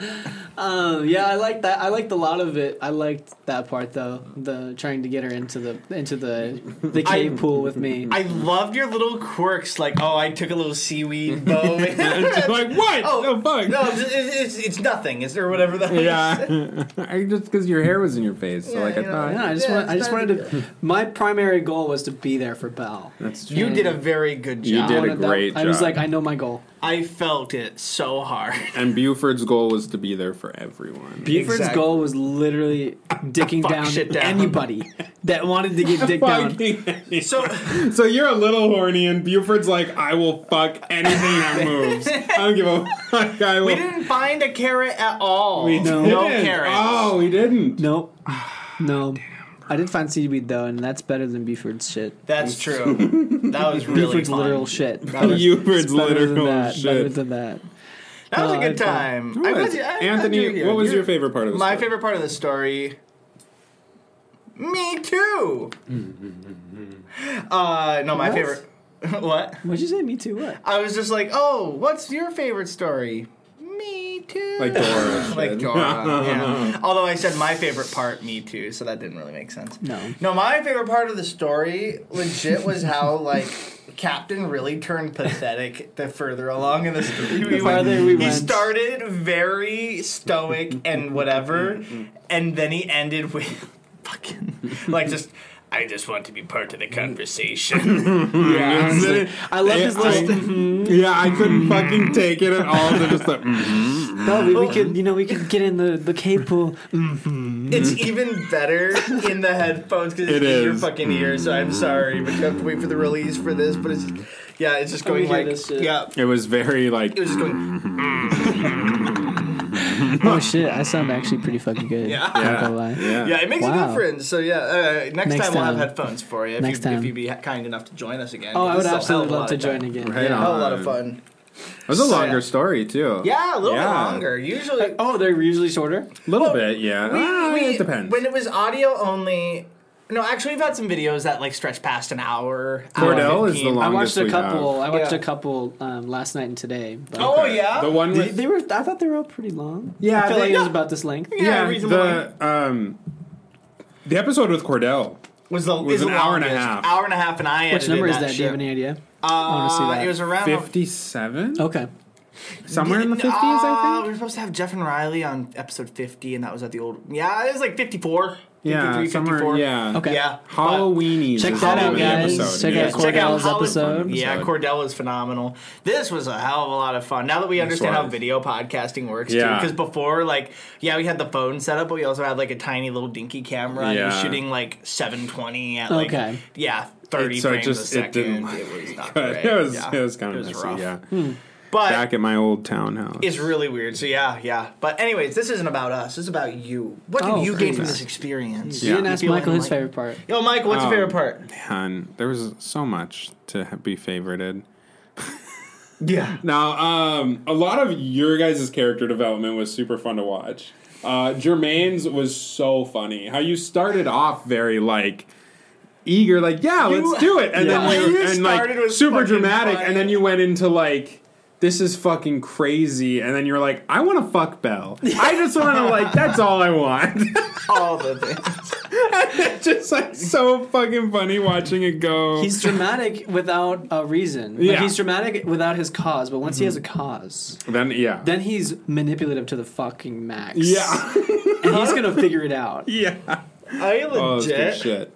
Speaker 4: Um, yeah, I liked that. I liked a lot of it. I liked that part though. The trying to get her into the into the the cave pool with me.
Speaker 1: I loved your little quirks, like oh, I took a little seaweed bow.
Speaker 3: It's like what?
Speaker 1: Oh,
Speaker 3: no fuck.
Speaker 1: no, it's, it's, it's nothing. Is there whatever that?
Speaker 3: Yeah, I just because your hair was in your face, so like I
Speaker 1: you know,
Speaker 3: thought.
Speaker 4: yeah, I just
Speaker 1: Yeah,
Speaker 4: want, I
Speaker 1: it's
Speaker 4: just
Speaker 1: time
Speaker 4: wanted to. My primary goal was to be there for Belle.
Speaker 3: That's true.
Speaker 1: You did a very good
Speaker 3: You
Speaker 1: job.
Speaker 3: did
Speaker 4: I
Speaker 3: a
Speaker 4: wanted that-
Speaker 3: great
Speaker 4: I was
Speaker 3: job.
Speaker 4: like, I know my goal.
Speaker 1: I felt it so hard.
Speaker 3: And Buford's goal was to be there for everyone.
Speaker 4: Buford's
Speaker 1: Exactly.
Speaker 4: goal was literally dicking
Speaker 1: Fuck
Speaker 4: down,
Speaker 1: shit down.
Speaker 4: anybody that wanted to get dicked down.
Speaker 3: Fucking-
Speaker 1: So
Speaker 3: so you're a little horny, and Buford's like, I will fuck anything that moves. I don't give a fuck. I will.
Speaker 1: we didn't find a carrot at all.
Speaker 4: No.
Speaker 1: no
Speaker 3: didn't.
Speaker 1: carrots.
Speaker 3: Oh, we didn't.
Speaker 4: Nope. No. I did find seaweed though, and that's better than Buford's shit.
Speaker 1: That's true. That was really
Speaker 4: Buford's
Speaker 1: fun.
Speaker 4: literal shit.
Speaker 3: Buford's
Speaker 4: It's better than
Speaker 3: literal
Speaker 4: that, Better
Speaker 3: shit.
Speaker 4: than that.
Speaker 1: That was
Speaker 4: No,
Speaker 1: a good
Speaker 4: I-
Speaker 1: time.
Speaker 3: What?
Speaker 1: I was- I- I- I-
Speaker 3: Anthony,
Speaker 1: I-
Speaker 3: what was
Speaker 1: you-
Speaker 3: your favorite part of this?
Speaker 1: My favorite part of the story. Me too. uh, no, my
Speaker 4: What?
Speaker 1: favorite. what?
Speaker 4: What'd you say? Me too. What?
Speaker 1: I was just like, oh, what's your favorite story? Me too.
Speaker 3: Like Dora
Speaker 1: like
Speaker 3: said.
Speaker 1: Dora. yeah. Although I said my favorite part, me too, so that didn't really make sense.
Speaker 4: No.
Speaker 1: No, my favorite part of the story, legit, was how like Captain really turned pathetic the further along in the story. we
Speaker 4: farther we
Speaker 1: he
Speaker 4: went.
Speaker 1: started very stoic and whatever, and then he ended with fucking like just. I just want to be part of the conversation.
Speaker 3: Yeah.
Speaker 4: I love
Speaker 3: Yeah,
Speaker 4: his little.
Speaker 3: yeah, I couldn't fucking take it at all. They're just like, "Mm,
Speaker 4: No, we, we could, you know, we could get in the the cave pool.
Speaker 1: it's even better in the headphones because
Speaker 3: Mm-hmm. It
Speaker 1: it's in your
Speaker 3: is. Mm-hmm.
Speaker 1: fucking ear. So I'm sorry, but you have to wait for the release for this. But it's yeah, it's just
Speaker 4: Let me
Speaker 1: going
Speaker 4: hear
Speaker 1: like
Speaker 4: this shit.
Speaker 1: yeah,
Speaker 3: it was very like.
Speaker 1: it was just
Speaker 3: Mm-hmm.
Speaker 1: going.
Speaker 4: Oh shit! I sound actually pretty fucking good.
Speaker 1: Yeah.
Speaker 4: Not gonna lie.
Speaker 1: Yeah, it makes a
Speaker 4: Wow.
Speaker 1: difference. So yeah, uh, next, time,
Speaker 4: Next
Speaker 1: we'll have
Speaker 4: time.
Speaker 1: headphones for you if,
Speaker 4: Next
Speaker 1: you,
Speaker 4: time.
Speaker 1: if you'd be kind enough to join us again.
Speaker 4: Oh, I would
Speaker 1: This is a
Speaker 4: absolutely
Speaker 1: hell of
Speaker 4: love
Speaker 1: a
Speaker 4: to
Speaker 1: lot
Speaker 4: join
Speaker 1: of fun.
Speaker 4: again.
Speaker 3: Right
Speaker 4: yeah.
Speaker 1: Hell of a lot
Speaker 3: on.
Speaker 1: of fun.
Speaker 3: It was a
Speaker 1: So,
Speaker 3: longer
Speaker 1: yeah.
Speaker 3: story too.
Speaker 1: Yeah, a little
Speaker 3: Yeah.
Speaker 1: bit longer. Usually,
Speaker 4: Oh, they're usually shorter.
Speaker 3: a little bit. Yeah, Ah,
Speaker 1: we-
Speaker 3: it depends.
Speaker 1: When it was audio only, no, actually, we've had some videos that like stretch past an hour. hour
Speaker 3: Cordell is the
Speaker 1: 15.
Speaker 4: I
Speaker 3: longest.
Speaker 4: watched a
Speaker 3: we
Speaker 4: couple.
Speaker 3: have.
Speaker 4: I watched
Speaker 1: Yeah.
Speaker 4: a couple um, last night and today. But
Speaker 1: Oh yeah,
Speaker 3: The one
Speaker 4: They,
Speaker 3: with
Speaker 4: they were. I thought they were all pretty long.
Speaker 3: Yeah,
Speaker 4: I feel
Speaker 3: they-
Speaker 4: like it was about this length.
Speaker 1: yeah,
Speaker 3: yeah,
Speaker 1: reasonable. Oh.
Speaker 3: the um, the episode with Cordell
Speaker 1: was the
Speaker 3: It was
Speaker 1: is
Speaker 3: an hour and a
Speaker 1: longest.
Speaker 3: half.
Speaker 1: Hour and a half, and I edited
Speaker 4: Which number
Speaker 1: is
Speaker 4: is that? Do you have any idea?
Speaker 1: Uh, it was around
Speaker 3: 57?
Speaker 4: Okay.
Speaker 3: Somewhere in the 50s,
Speaker 1: Uh,
Speaker 3: I think?
Speaker 1: We were supposed to have Jeff and Riley on episode 50, and that was at the old. Yeah, it was like 54.
Speaker 3: Yeah,
Speaker 1: 53,
Speaker 3: somewhere,
Speaker 1: 54.
Speaker 3: yeah.
Speaker 1: Okay. Yeah.
Speaker 3: Halloweenies.
Speaker 1: Check
Speaker 3: is
Speaker 1: that
Speaker 3: the name
Speaker 1: out,
Speaker 3: of the
Speaker 1: guys.
Speaker 3: episode,
Speaker 4: Check
Speaker 3: yeah.
Speaker 4: out Cordell's
Speaker 1: Holland-
Speaker 4: episode.
Speaker 1: Yeah, Cordell is phenomenal. This was a hell of a lot of fun. Now that we
Speaker 3: This
Speaker 1: understand how
Speaker 3: was.
Speaker 1: video podcasting works,
Speaker 3: Yeah.
Speaker 1: too. Because before, like, yeah, we had the phone set up, but we also had like a tiny little dinky camera, and it was
Speaker 3: Yeah.
Speaker 1: shooting like 720 at like,
Speaker 3: Okay.
Speaker 1: yeah, 30
Speaker 3: It- so it
Speaker 1: frames a
Speaker 3: just
Speaker 1: second.
Speaker 3: it didn't.
Speaker 1: It was not
Speaker 3: good.
Speaker 1: great.
Speaker 3: It was
Speaker 1: Yeah.
Speaker 3: it was kind
Speaker 1: It
Speaker 3: of
Speaker 1: was
Speaker 3: messy.
Speaker 1: rough.
Speaker 3: Yeah.
Speaker 1: But-
Speaker 3: back at my old townhouse.
Speaker 1: It's really weird. So yeah, yeah. But anyways, this isn't about us. This is about you. What did
Speaker 4: Oh,
Speaker 1: you gain from
Speaker 4: crazy.
Speaker 1: this experience?
Speaker 3: You didn't ask
Speaker 1: feel
Speaker 4: Michael his
Speaker 1: unlike-
Speaker 4: favorite part.
Speaker 1: Yo, Mike, what's
Speaker 3: Oh,
Speaker 1: your favorite part?
Speaker 3: Man, there was so much to ha- be favorited.
Speaker 1: yeah.
Speaker 3: Now, um, a lot of your guys' character development was super fun to watch. Uh, Jermaine's was so funny. How you started off very like eager, like yeah,
Speaker 1: You-
Speaker 3: let's do it, and
Speaker 1: Yeah.
Speaker 3: then you,
Speaker 1: You
Speaker 3: and like
Speaker 1: started was
Speaker 3: super
Speaker 1: fucking
Speaker 3: dramatic,
Speaker 1: funny.
Speaker 3: and then you went into like. This is fucking crazy, and then you're like, "I want to fuck Belle. I just want to like. That's all I want."
Speaker 1: All the things.
Speaker 3: it's just like so fucking funny watching it go.
Speaker 4: He's dramatic without a reason. Like,
Speaker 3: Oh. Yeah. Mm-hmm.
Speaker 4: He's dramatic without his cause, but once he has a cause,
Speaker 3: Then yeah,
Speaker 4: then he's manipulative to the fucking max.
Speaker 3: Yeah.
Speaker 4: and he's gonna figure it out.
Speaker 3: Yeah.
Speaker 1: I legit.
Speaker 3: Oh, shit.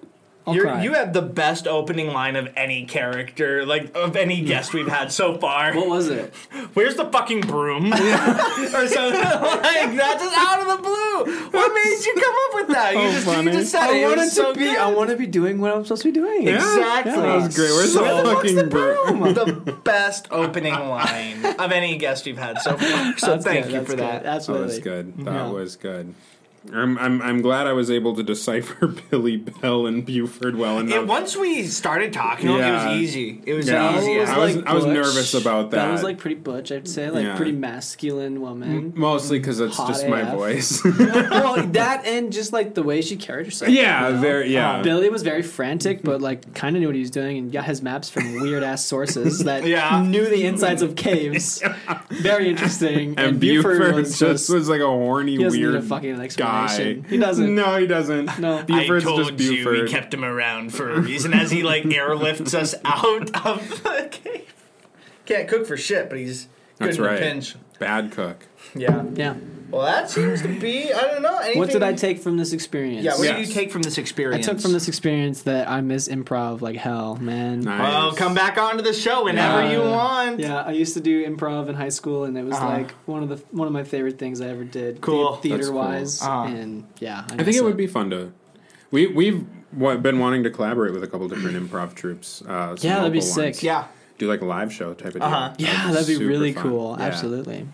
Speaker 4: I'll
Speaker 1: You're,
Speaker 4: cry.
Speaker 1: you have the best opening line of any character, like of any guest we've had so far. What
Speaker 4: was it?
Speaker 1: Where's the fucking broom? or something like that, just out of the blue. What made you come up with that? You just you just said
Speaker 4: Oh, I
Speaker 1: it. It
Speaker 4: wanted
Speaker 1: was so
Speaker 4: to be. I want to be doing what I'm supposed to be doing. Oh
Speaker 1: Yeah. Exactly.
Speaker 3: That was great. Where's the
Speaker 1: Where the
Speaker 3: fucking broom?
Speaker 1: the best opening line of any guest we've had so far. So
Speaker 3: That's
Speaker 1: thank
Speaker 3: good,
Speaker 1: you
Speaker 3: that's
Speaker 1: for that.
Speaker 3: good. That was good. That
Speaker 1: Yeah.
Speaker 3: was good. I'm, I'm I'm glad I was able to decipher Billy Bell and Buford well enough.
Speaker 1: It, once we started talking, it was easy. It was
Speaker 3: Yeah.
Speaker 1: easy.
Speaker 3: I was I was
Speaker 4: butch.
Speaker 3: nervous about that.
Speaker 4: That was like pretty butch, I'd say, like
Speaker 3: Yeah.
Speaker 4: pretty masculine woman.
Speaker 3: mostly because it's
Speaker 4: Hot
Speaker 3: just my
Speaker 4: AF.
Speaker 3: voice.
Speaker 4: well, that and just like the way she carried herself.
Speaker 3: Yeah, very- yeah.
Speaker 4: Billy was very frantic, but like kind of knew what he was doing and got his maps from weird ass sources that
Speaker 3: Yeah.
Speaker 4: knew the insides of caves. very interesting.
Speaker 3: and, Buford,
Speaker 4: was
Speaker 3: just, was like a horny
Speaker 4: he doesn't need
Speaker 3: weird
Speaker 4: a fucking
Speaker 3: guy.
Speaker 4: explanation. He doesn't.
Speaker 3: No, he doesn't.
Speaker 4: No.
Speaker 3: Buford's
Speaker 1: I told
Speaker 3: just
Speaker 1: you
Speaker 3: Buford.
Speaker 1: we kept him around for a reason as he like airlifts us out of the cave. Can't cook for shit, but he's good
Speaker 3: That's
Speaker 1: in
Speaker 3: right.
Speaker 1: a pinch.
Speaker 3: Bad cook.
Speaker 1: Yeah.
Speaker 4: Yeah.
Speaker 1: Well, that seems to be. I don't know. Anything
Speaker 4: What did I take from this experience?
Speaker 1: Yeah. What did you take from this experience?
Speaker 4: I took from this experience that I miss improv like hell, man.
Speaker 1: Well, come back onto the show whenever
Speaker 4: Yeah.
Speaker 1: you want.
Speaker 4: Yeah, I used to do improv in high school, and it was
Speaker 1: Uh-huh.
Speaker 4: like one of the one of my favorite things I ever did.
Speaker 3: Cool. That's
Speaker 4: theater
Speaker 3: cool.
Speaker 4: wise,
Speaker 3: Uh-huh.
Speaker 4: and yeah,
Speaker 3: I think it would be fun to. We we've wa- been wanting to collaborate with a couple different improv troops. Uh, some
Speaker 4: Yeah, that'd be
Speaker 3: local
Speaker 4: sick.
Speaker 3: ones.
Speaker 4: Yeah.
Speaker 3: do like a live show type of
Speaker 4: Uh-huh.
Speaker 3: deal.
Speaker 4: Yeah, that'd be
Speaker 3: super
Speaker 4: really
Speaker 3: fun.
Speaker 4: cool.
Speaker 3: Yeah.
Speaker 4: Absolutely.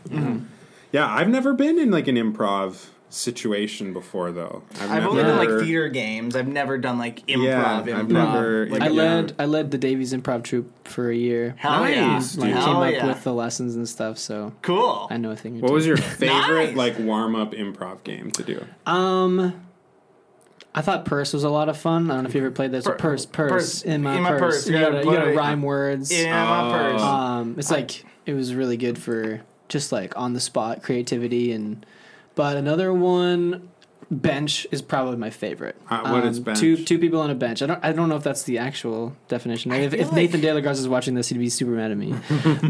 Speaker 3: Yeah, I've never been in like an improv situation before though.
Speaker 1: I've, only done like theater games. I've never done like
Speaker 3: Yeah,
Speaker 1: improv.
Speaker 3: I've
Speaker 1: improv.
Speaker 3: never-
Speaker 1: Like,
Speaker 4: I led I led the Davies Improv Troupe for a year.
Speaker 1: Hell yeah. Nice,
Speaker 4: Like,
Speaker 1: dude.
Speaker 4: came
Speaker 1: Hell
Speaker 4: up
Speaker 1: yeah.
Speaker 4: with the lessons and stuff. So
Speaker 1: cool.
Speaker 4: I know a thing. Or
Speaker 3: What
Speaker 4: two.
Speaker 3: was your favorite like warm up improv game to do?
Speaker 4: Um, I thought purse was a lot of fun. I don't know if you ever played this. purse, purse,
Speaker 1: purse.
Speaker 4: in my
Speaker 1: In my
Speaker 4: purse.
Speaker 1: purse.
Speaker 4: You,
Speaker 1: Yeah,
Speaker 4: gotta, you gotta
Speaker 1: but-
Speaker 4: rhyme words.
Speaker 1: In my purse.
Speaker 4: Um, it's like it was really good for just like on the spot creativity and. But another one, bench is probably my favorite. Um,
Speaker 3: Uh, what is bench?
Speaker 4: Two two people on a bench. I don't I don't know if that's the actual definition. If,
Speaker 3: feel
Speaker 4: if Nathan De La Garza is watching this, he'd be super mad at me.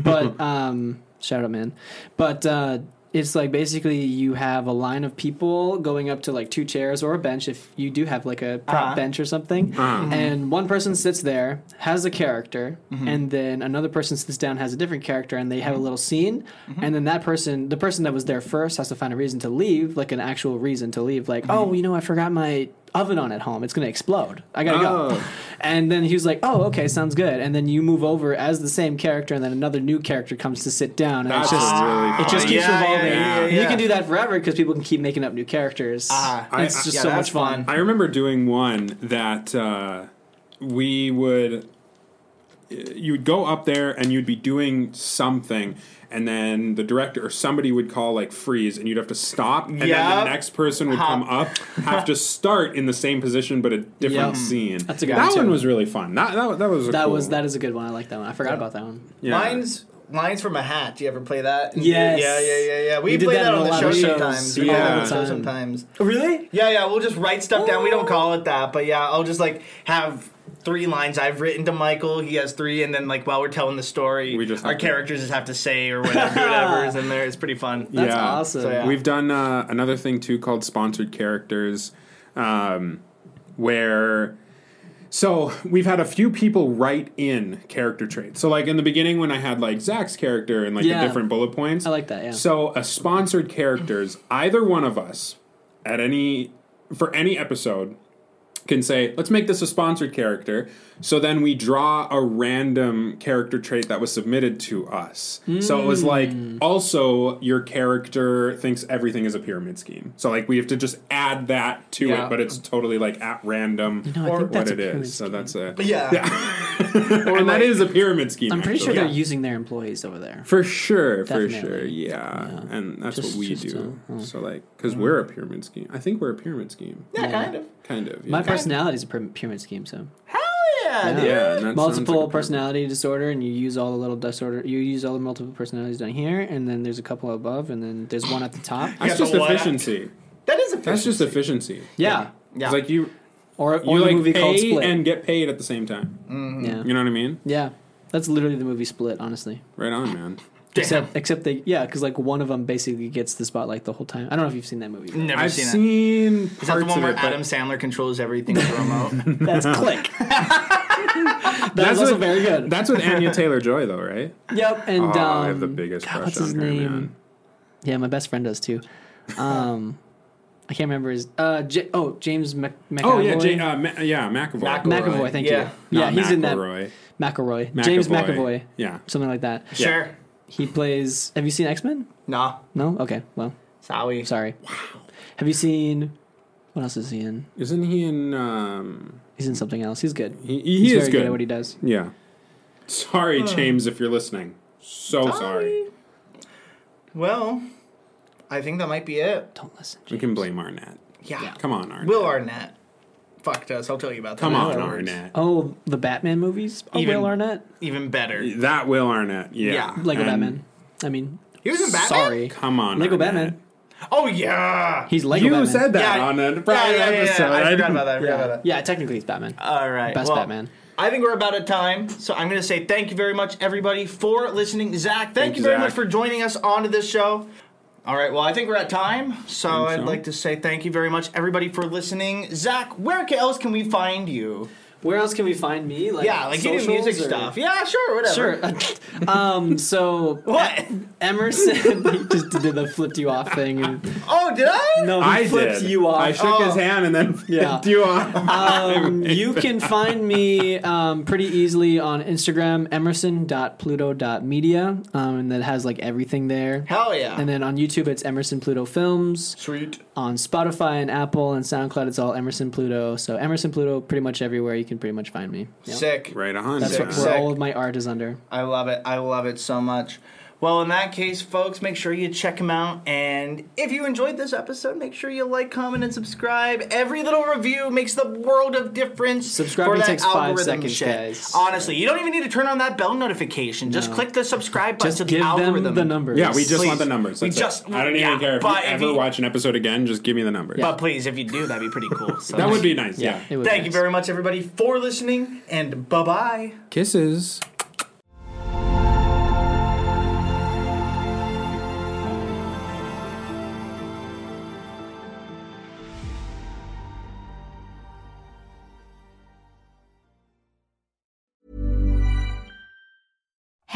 Speaker 4: but um, shout out, man. But uh, it's like basically you have a line of people going up to like two chairs or a bench if you do have like a prop
Speaker 1: Uh-huh.
Speaker 4: bench or something,
Speaker 1: Uh-huh.
Speaker 4: and one person sits there has a character,
Speaker 1: Mhm.
Speaker 4: and then another person sits down has a different character, and they have
Speaker 1: Mm-hmm.
Speaker 4: a little scene, and then that person, the person that was there first, has to find a reason to leave, like an actual reason to leave,
Speaker 1: Mm-hmm.
Speaker 4: like oh you know I forgot my oven on at home, it's gonna explode, I gotta go.
Speaker 3: Oh.
Speaker 4: And then he was like, "Oh, okay, sounds good." And then you move over as the same character, and then another new character comes to sit down, and
Speaker 3: That's
Speaker 4: it's just
Speaker 3: really
Speaker 4: it just
Speaker 3: fun.
Speaker 4: keeps
Speaker 3: Yeah, yeah,
Speaker 4: revolving.
Speaker 3: yeah, yeah,
Speaker 4: And You
Speaker 3: yeah.
Speaker 4: can do that forever because people can keep making up new characters.
Speaker 3: I-
Speaker 4: it's
Speaker 3: Ah, I-
Speaker 4: just
Speaker 3: yeah,
Speaker 4: so much
Speaker 3: that's
Speaker 4: fun.
Speaker 3: I remember doing one that uh, we would you would go up there and you'd be doing something and then the director or somebody would call like freeze and you'd have to stop and then the
Speaker 1: Yep.
Speaker 3: next person would
Speaker 1: Hop.
Speaker 3: come up have to start in the same position but a
Speaker 4: Yep.
Speaker 3: different scene
Speaker 4: That's a good
Speaker 3: that
Speaker 4: one,
Speaker 3: one
Speaker 4: too.
Speaker 3: was really fun that, that, that was a
Speaker 4: that
Speaker 3: cool
Speaker 4: was that is a good one. I like that one. I forgot about that one.
Speaker 3: Yeah.
Speaker 1: Mine's lines from a hat. Do you ever play that?
Speaker 11: Yes.
Speaker 1: Yeah, yeah, yeah, yeah. We,
Speaker 11: We did
Speaker 1: play
Speaker 11: that
Speaker 1: that,
Speaker 11: in
Speaker 1: on
Speaker 11: a
Speaker 1: the
Speaker 11: lot
Speaker 1: show
Speaker 11: of shows.
Speaker 1: sometimes.
Speaker 11: We
Speaker 1: We play
Speaker 11: did
Speaker 1: that on
Speaker 11: that
Speaker 1: the show
Speaker 11: all the time.
Speaker 1: sometimes.
Speaker 4: Oh,
Speaker 11: Really?
Speaker 1: Yeah, yeah. We'll just write stuff down. We don't call it that, but yeah, I'll just like have three lines I've written to Michael. He has three, and then like while we're telling the story, we just our characters just have to say or whatever, whatever is in there. It's pretty fun. So, yeah.
Speaker 3: We've done uh, another thing too called sponsored characters, um, where so we've had a few people write in character traits. So like in the beginning when I had like Zach's character and like
Speaker 4: Yeah.
Speaker 3: the different bullet points. I like
Speaker 4: that, yeah.
Speaker 3: So a sponsored characters, either one of us at any for any episode can say, let's make this a sponsored character. So then we draw a random character trait that was submitted to us. So it was like,
Speaker 4: Hmm.
Speaker 3: also, your character thinks everything is a pyramid scheme. So, like, we have to just add that to
Speaker 1: Yeah.
Speaker 3: it, but it's totally like at random
Speaker 4: You know, I think that's
Speaker 3: what it
Speaker 4: a pyramid
Speaker 3: is. So that's a.
Speaker 1: Yeah.
Speaker 3: and that is a pyramid scheme.
Speaker 4: I'm pretty sure
Speaker 3: actually.
Speaker 4: they're using their employees over there.
Speaker 3: For sure, for
Speaker 4: Definitely.
Speaker 3: sure, yeah. and that's
Speaker 4: Just-
Speaker 3: what we
Speaker 4: just oh.
Speaker 3: do. So like, because we're a pyramid scheme. I think we're a pyramid scheme.
Speaker 4: Yeah, Yeah. kind
Speaker 1: of.
Speaker 3: Kind of.
Speaker 4: My
Speaker 3: yeah.
Speaker 4: personality is a pyra- pyramid scheme, so.
Speaker 1: Yeah,
Speaker 3: dude. Yeah, and that sounds like a
Speaker 4: multiple
Speaker 3: pyramid.
Speaker 4: personality disorder, and you use all the little disorder. You use all the multiple personalities down here, and then there's a couple above, and then there's one at the top.
Speaker 3: That's just efficiency.
Speaker 1: That is
Speaker 3: That's just efficiency.
Speaker 4: Yeah.
Speaker 3: Yeah. It's like you.
Speaker 4: Or,
Speaker 3: you
Speaker 4: or the
Speaker 3: like
Speaker 4: movie
Speaker 3: pay
Speaker 4: called Split.
Speaker 3: and get paid at the same time.
Speaker 4: Yeah.
Speaker 3: You know what I mean?
Speaker 4: Yeah, that's literally the movie Split, honestly.
Speaker 3: Right on, man.
Speaker 4: Except, except they, yeah, because like one of them basically gets the spotlight the whole time. I don't know if you've seen that movie.
Speaker 1: Never
Speaker 4: I've
Speaker 1: seen
Speaker 4: seen.
Speaker 3: seen
Speaker 1: Is that the
Speaker 4: parts
Speaker 1: one
Speaker 4: of
Speaker 1: where
Speaker 4: it, but-
Speaker 1: Adam Sandler controls everything with a remote?
Speaker 4: That's Click. that was also
Speaker 3: with,
Speaker 4: very good.
Speaker 3: That's with Anya Taylor Joy, though, right?
Speaker 4: Yep, and
Speaker 3: oh,
Speaker 4: um,
Speaker 3: I have the biggest
Speaker 4: God,
Speaker 3: crush
Speaker 4: what's
Speaker 3: on
Speaker 4: his
Speaker 3: her,
Speaker 4: name?
Speaker 3: man.
Speaker 4: Yeah, my best friend does too. Um, I can't remember his. Uh, J- oh, James Mc- McAvoy.
Speaker 3: Oh yeah, J- uh, Ma- yeah, McAvoy.
Speaker 4: McAvoy. McAvoy, thank you. Yeah. Yeah,
Speaker 3: Not
Speaker 4: he's in that-
Speaker 3: McElroy.
Speaker 4: McAvoy. James
Speaker 3: McAvoy.
Speaker 4: McAvoy.
Speaker 3: Yeah.
Speaker 4: something like that.
Speaker 1: Sure.
Speaker 4: He plays. Have you seen X Men?
Speaker 1: Nah.
Speaker 4: No. Okay. Well.
Speaker 1: Sorry.
Speaker 4: Sorry. Wow. Have you seen? What else is he in?
Speaker 3: Isn't he in? Um,
Speaker 4: he's in something else. He's good.
Speaker 3: He, he
Speaker 4: He's
Speaker 3: is
Speaker 4: very
Speaker 3: good.
Speaker 4: good at what he does.
Speaker 3: Yeah. Sorry,
Speaker 1: Hmm.
Speaker 4: Uh.
Speaker 3: James, if you're listening. So sorry.
Speaker 1: Well, I think that might be it.
Speaker 4: Don't listen.
Speaker 3: We can blame Arnett.
Speaker 1: Yeah.
Speaker 3: Come on, Arnett.
Speaker 1: Will Arnett fucked us. I'll tell you about that.
Speaker 3: Come on,
Speaker 1: afterwards.
Speaker 3: Arnett.
Speaker 4: Oh, the Batman movies. Oh,
Speaker 1: Even-
Speaker 4: Will Arnett.
Speaker 1: Even better.
Speaker 3: That Will Arnett. Yeah.
Speaker 1: Yeah,
Speaker 4: Lego
Speaker 3: And-
Speaker 4: Batman. I mean,
Speaker 1: He was in Batman?
Speaker 4: Sorry.
Speaker 3: Um, Come on,
Speaker 4: Lego
Speaker 3: Arnett.
Speaker 4: Batman.
Speaker 1: Oh yeah.
Speaker 4: He's Lego
Speaker 3: You
Speaker 4: Batman.
Speaker 3: said that Yeah, on a prior yeah, yeah, yeah, episode. I forgot about that, I
Speaker 1: forgot
Speaker 4: yeah.
Speaker 1: about that.
Speaker 4: Yeah, technically it's Batman.
Speaker 1: All right.
Speaker 4: Best
Speaker 1: well,
Speaker 4: Batman.
Speaker 1: I think we're about at time, so I'm going to say thank you very much, everybody, for listening. Zach, thank,
Speaker 3: Thank
Speaker 1: you
Speaker 3: you,
Speaker 1: very
Speaker 3: Zach.
Speaker 1: much for joining us onto this show. All right, well, I think we're at time, so
Speaker 4: Think
Speaker 1: I'd
Speaker 4: so.
Speaker 1: like to say thank you very much, everybody, for listening. Zach, where ca- else can we find you?
Speaker 4: Where else can we find me? Like,
Speaker 1: yeah, like you do
Speaker 4: socials
Speaker 1: music
Speaker 4: or-
Speaker 1: stuff. Yeah, sure, whatever.
Speaker 4: Sure. Uh, um, so what? Emerson he just did the flipped you off thing. And,
Speaker 1: Oh, did I?
Speaker 4: no, he
Speaker 3: I
Speaker 4: flipped
Speaker 3: did.
Speaker 4: you off.
Speaker 3: I shook his
Speaker 4: Oh.
Speaker 3: hand and then
Speaker 4: Yeah.
Speaker 3: flipped you off.
Speaker 4: Um, you can find me um, pretty easily on Instagram, emerson.pluto.media, um, and that has like everything there.
Speaker 1: Hell yeah.
Speaker 4: And then on YouTube, it's Emerson Pluto Films.
Speaker 1: Sweet.
Speaker 4: On Spotify and Apple and SoundCloud, it's all Emerson Pluto. So Emerson Pluto, pretty much everywhere you can pretty much find me. Yep.
Speaker 1: Sick.
Speaker 3: Right on.
Speaker 4: That's
Speaker 1: Sick.
Speaker 4: what,
Speaker 1: Sick.
Speaker 4: where all of my art is under.
Speaker 1: I love it. I love it so much. Well, in that case, folks, make sure you check them out. And if you enjoyed this episode, make sure you like, comment, and subscribe. Every little review makes the world of difference.
Speaker 4: Subscribing
Speaker 1: for that
Speaker 4: takes five
Speaker 1: algorithm
Speaker 4: seconds,
Speaker 1: shit.
Speaker 4: guys.
Speaker 1: Honestly, you don't even need to turn on that bell notification. Just click the subscribe button
Speaker 4: Just
Speaker 1: to the
Speaker 4: give them
Speaker 1: algorithm.
Speaker 4: the numbers.
Speaker 3: Yeah, we just
Speaker 1: Please.
Speaker 3: want the numbers.
Speaker 1: We
Speaker 3: That's it.
Speaker 1: just-
Speaker 3: I don't
Speaker 1: yeah,
Speaker 3: even care if you
Speaker 1: but if
Speaker 3: ever
Speaker 1: you-
Speaker 3: watch an episode again. Just give me the numbers.
Speaker 1: But please, if you do, that'd be pretty cool. So.
Speaker 3: That would be nice. Yeah.
Speaker 1: Thank you very much, everybody, for listening, and bye bye.
Speaker 3: Kisses.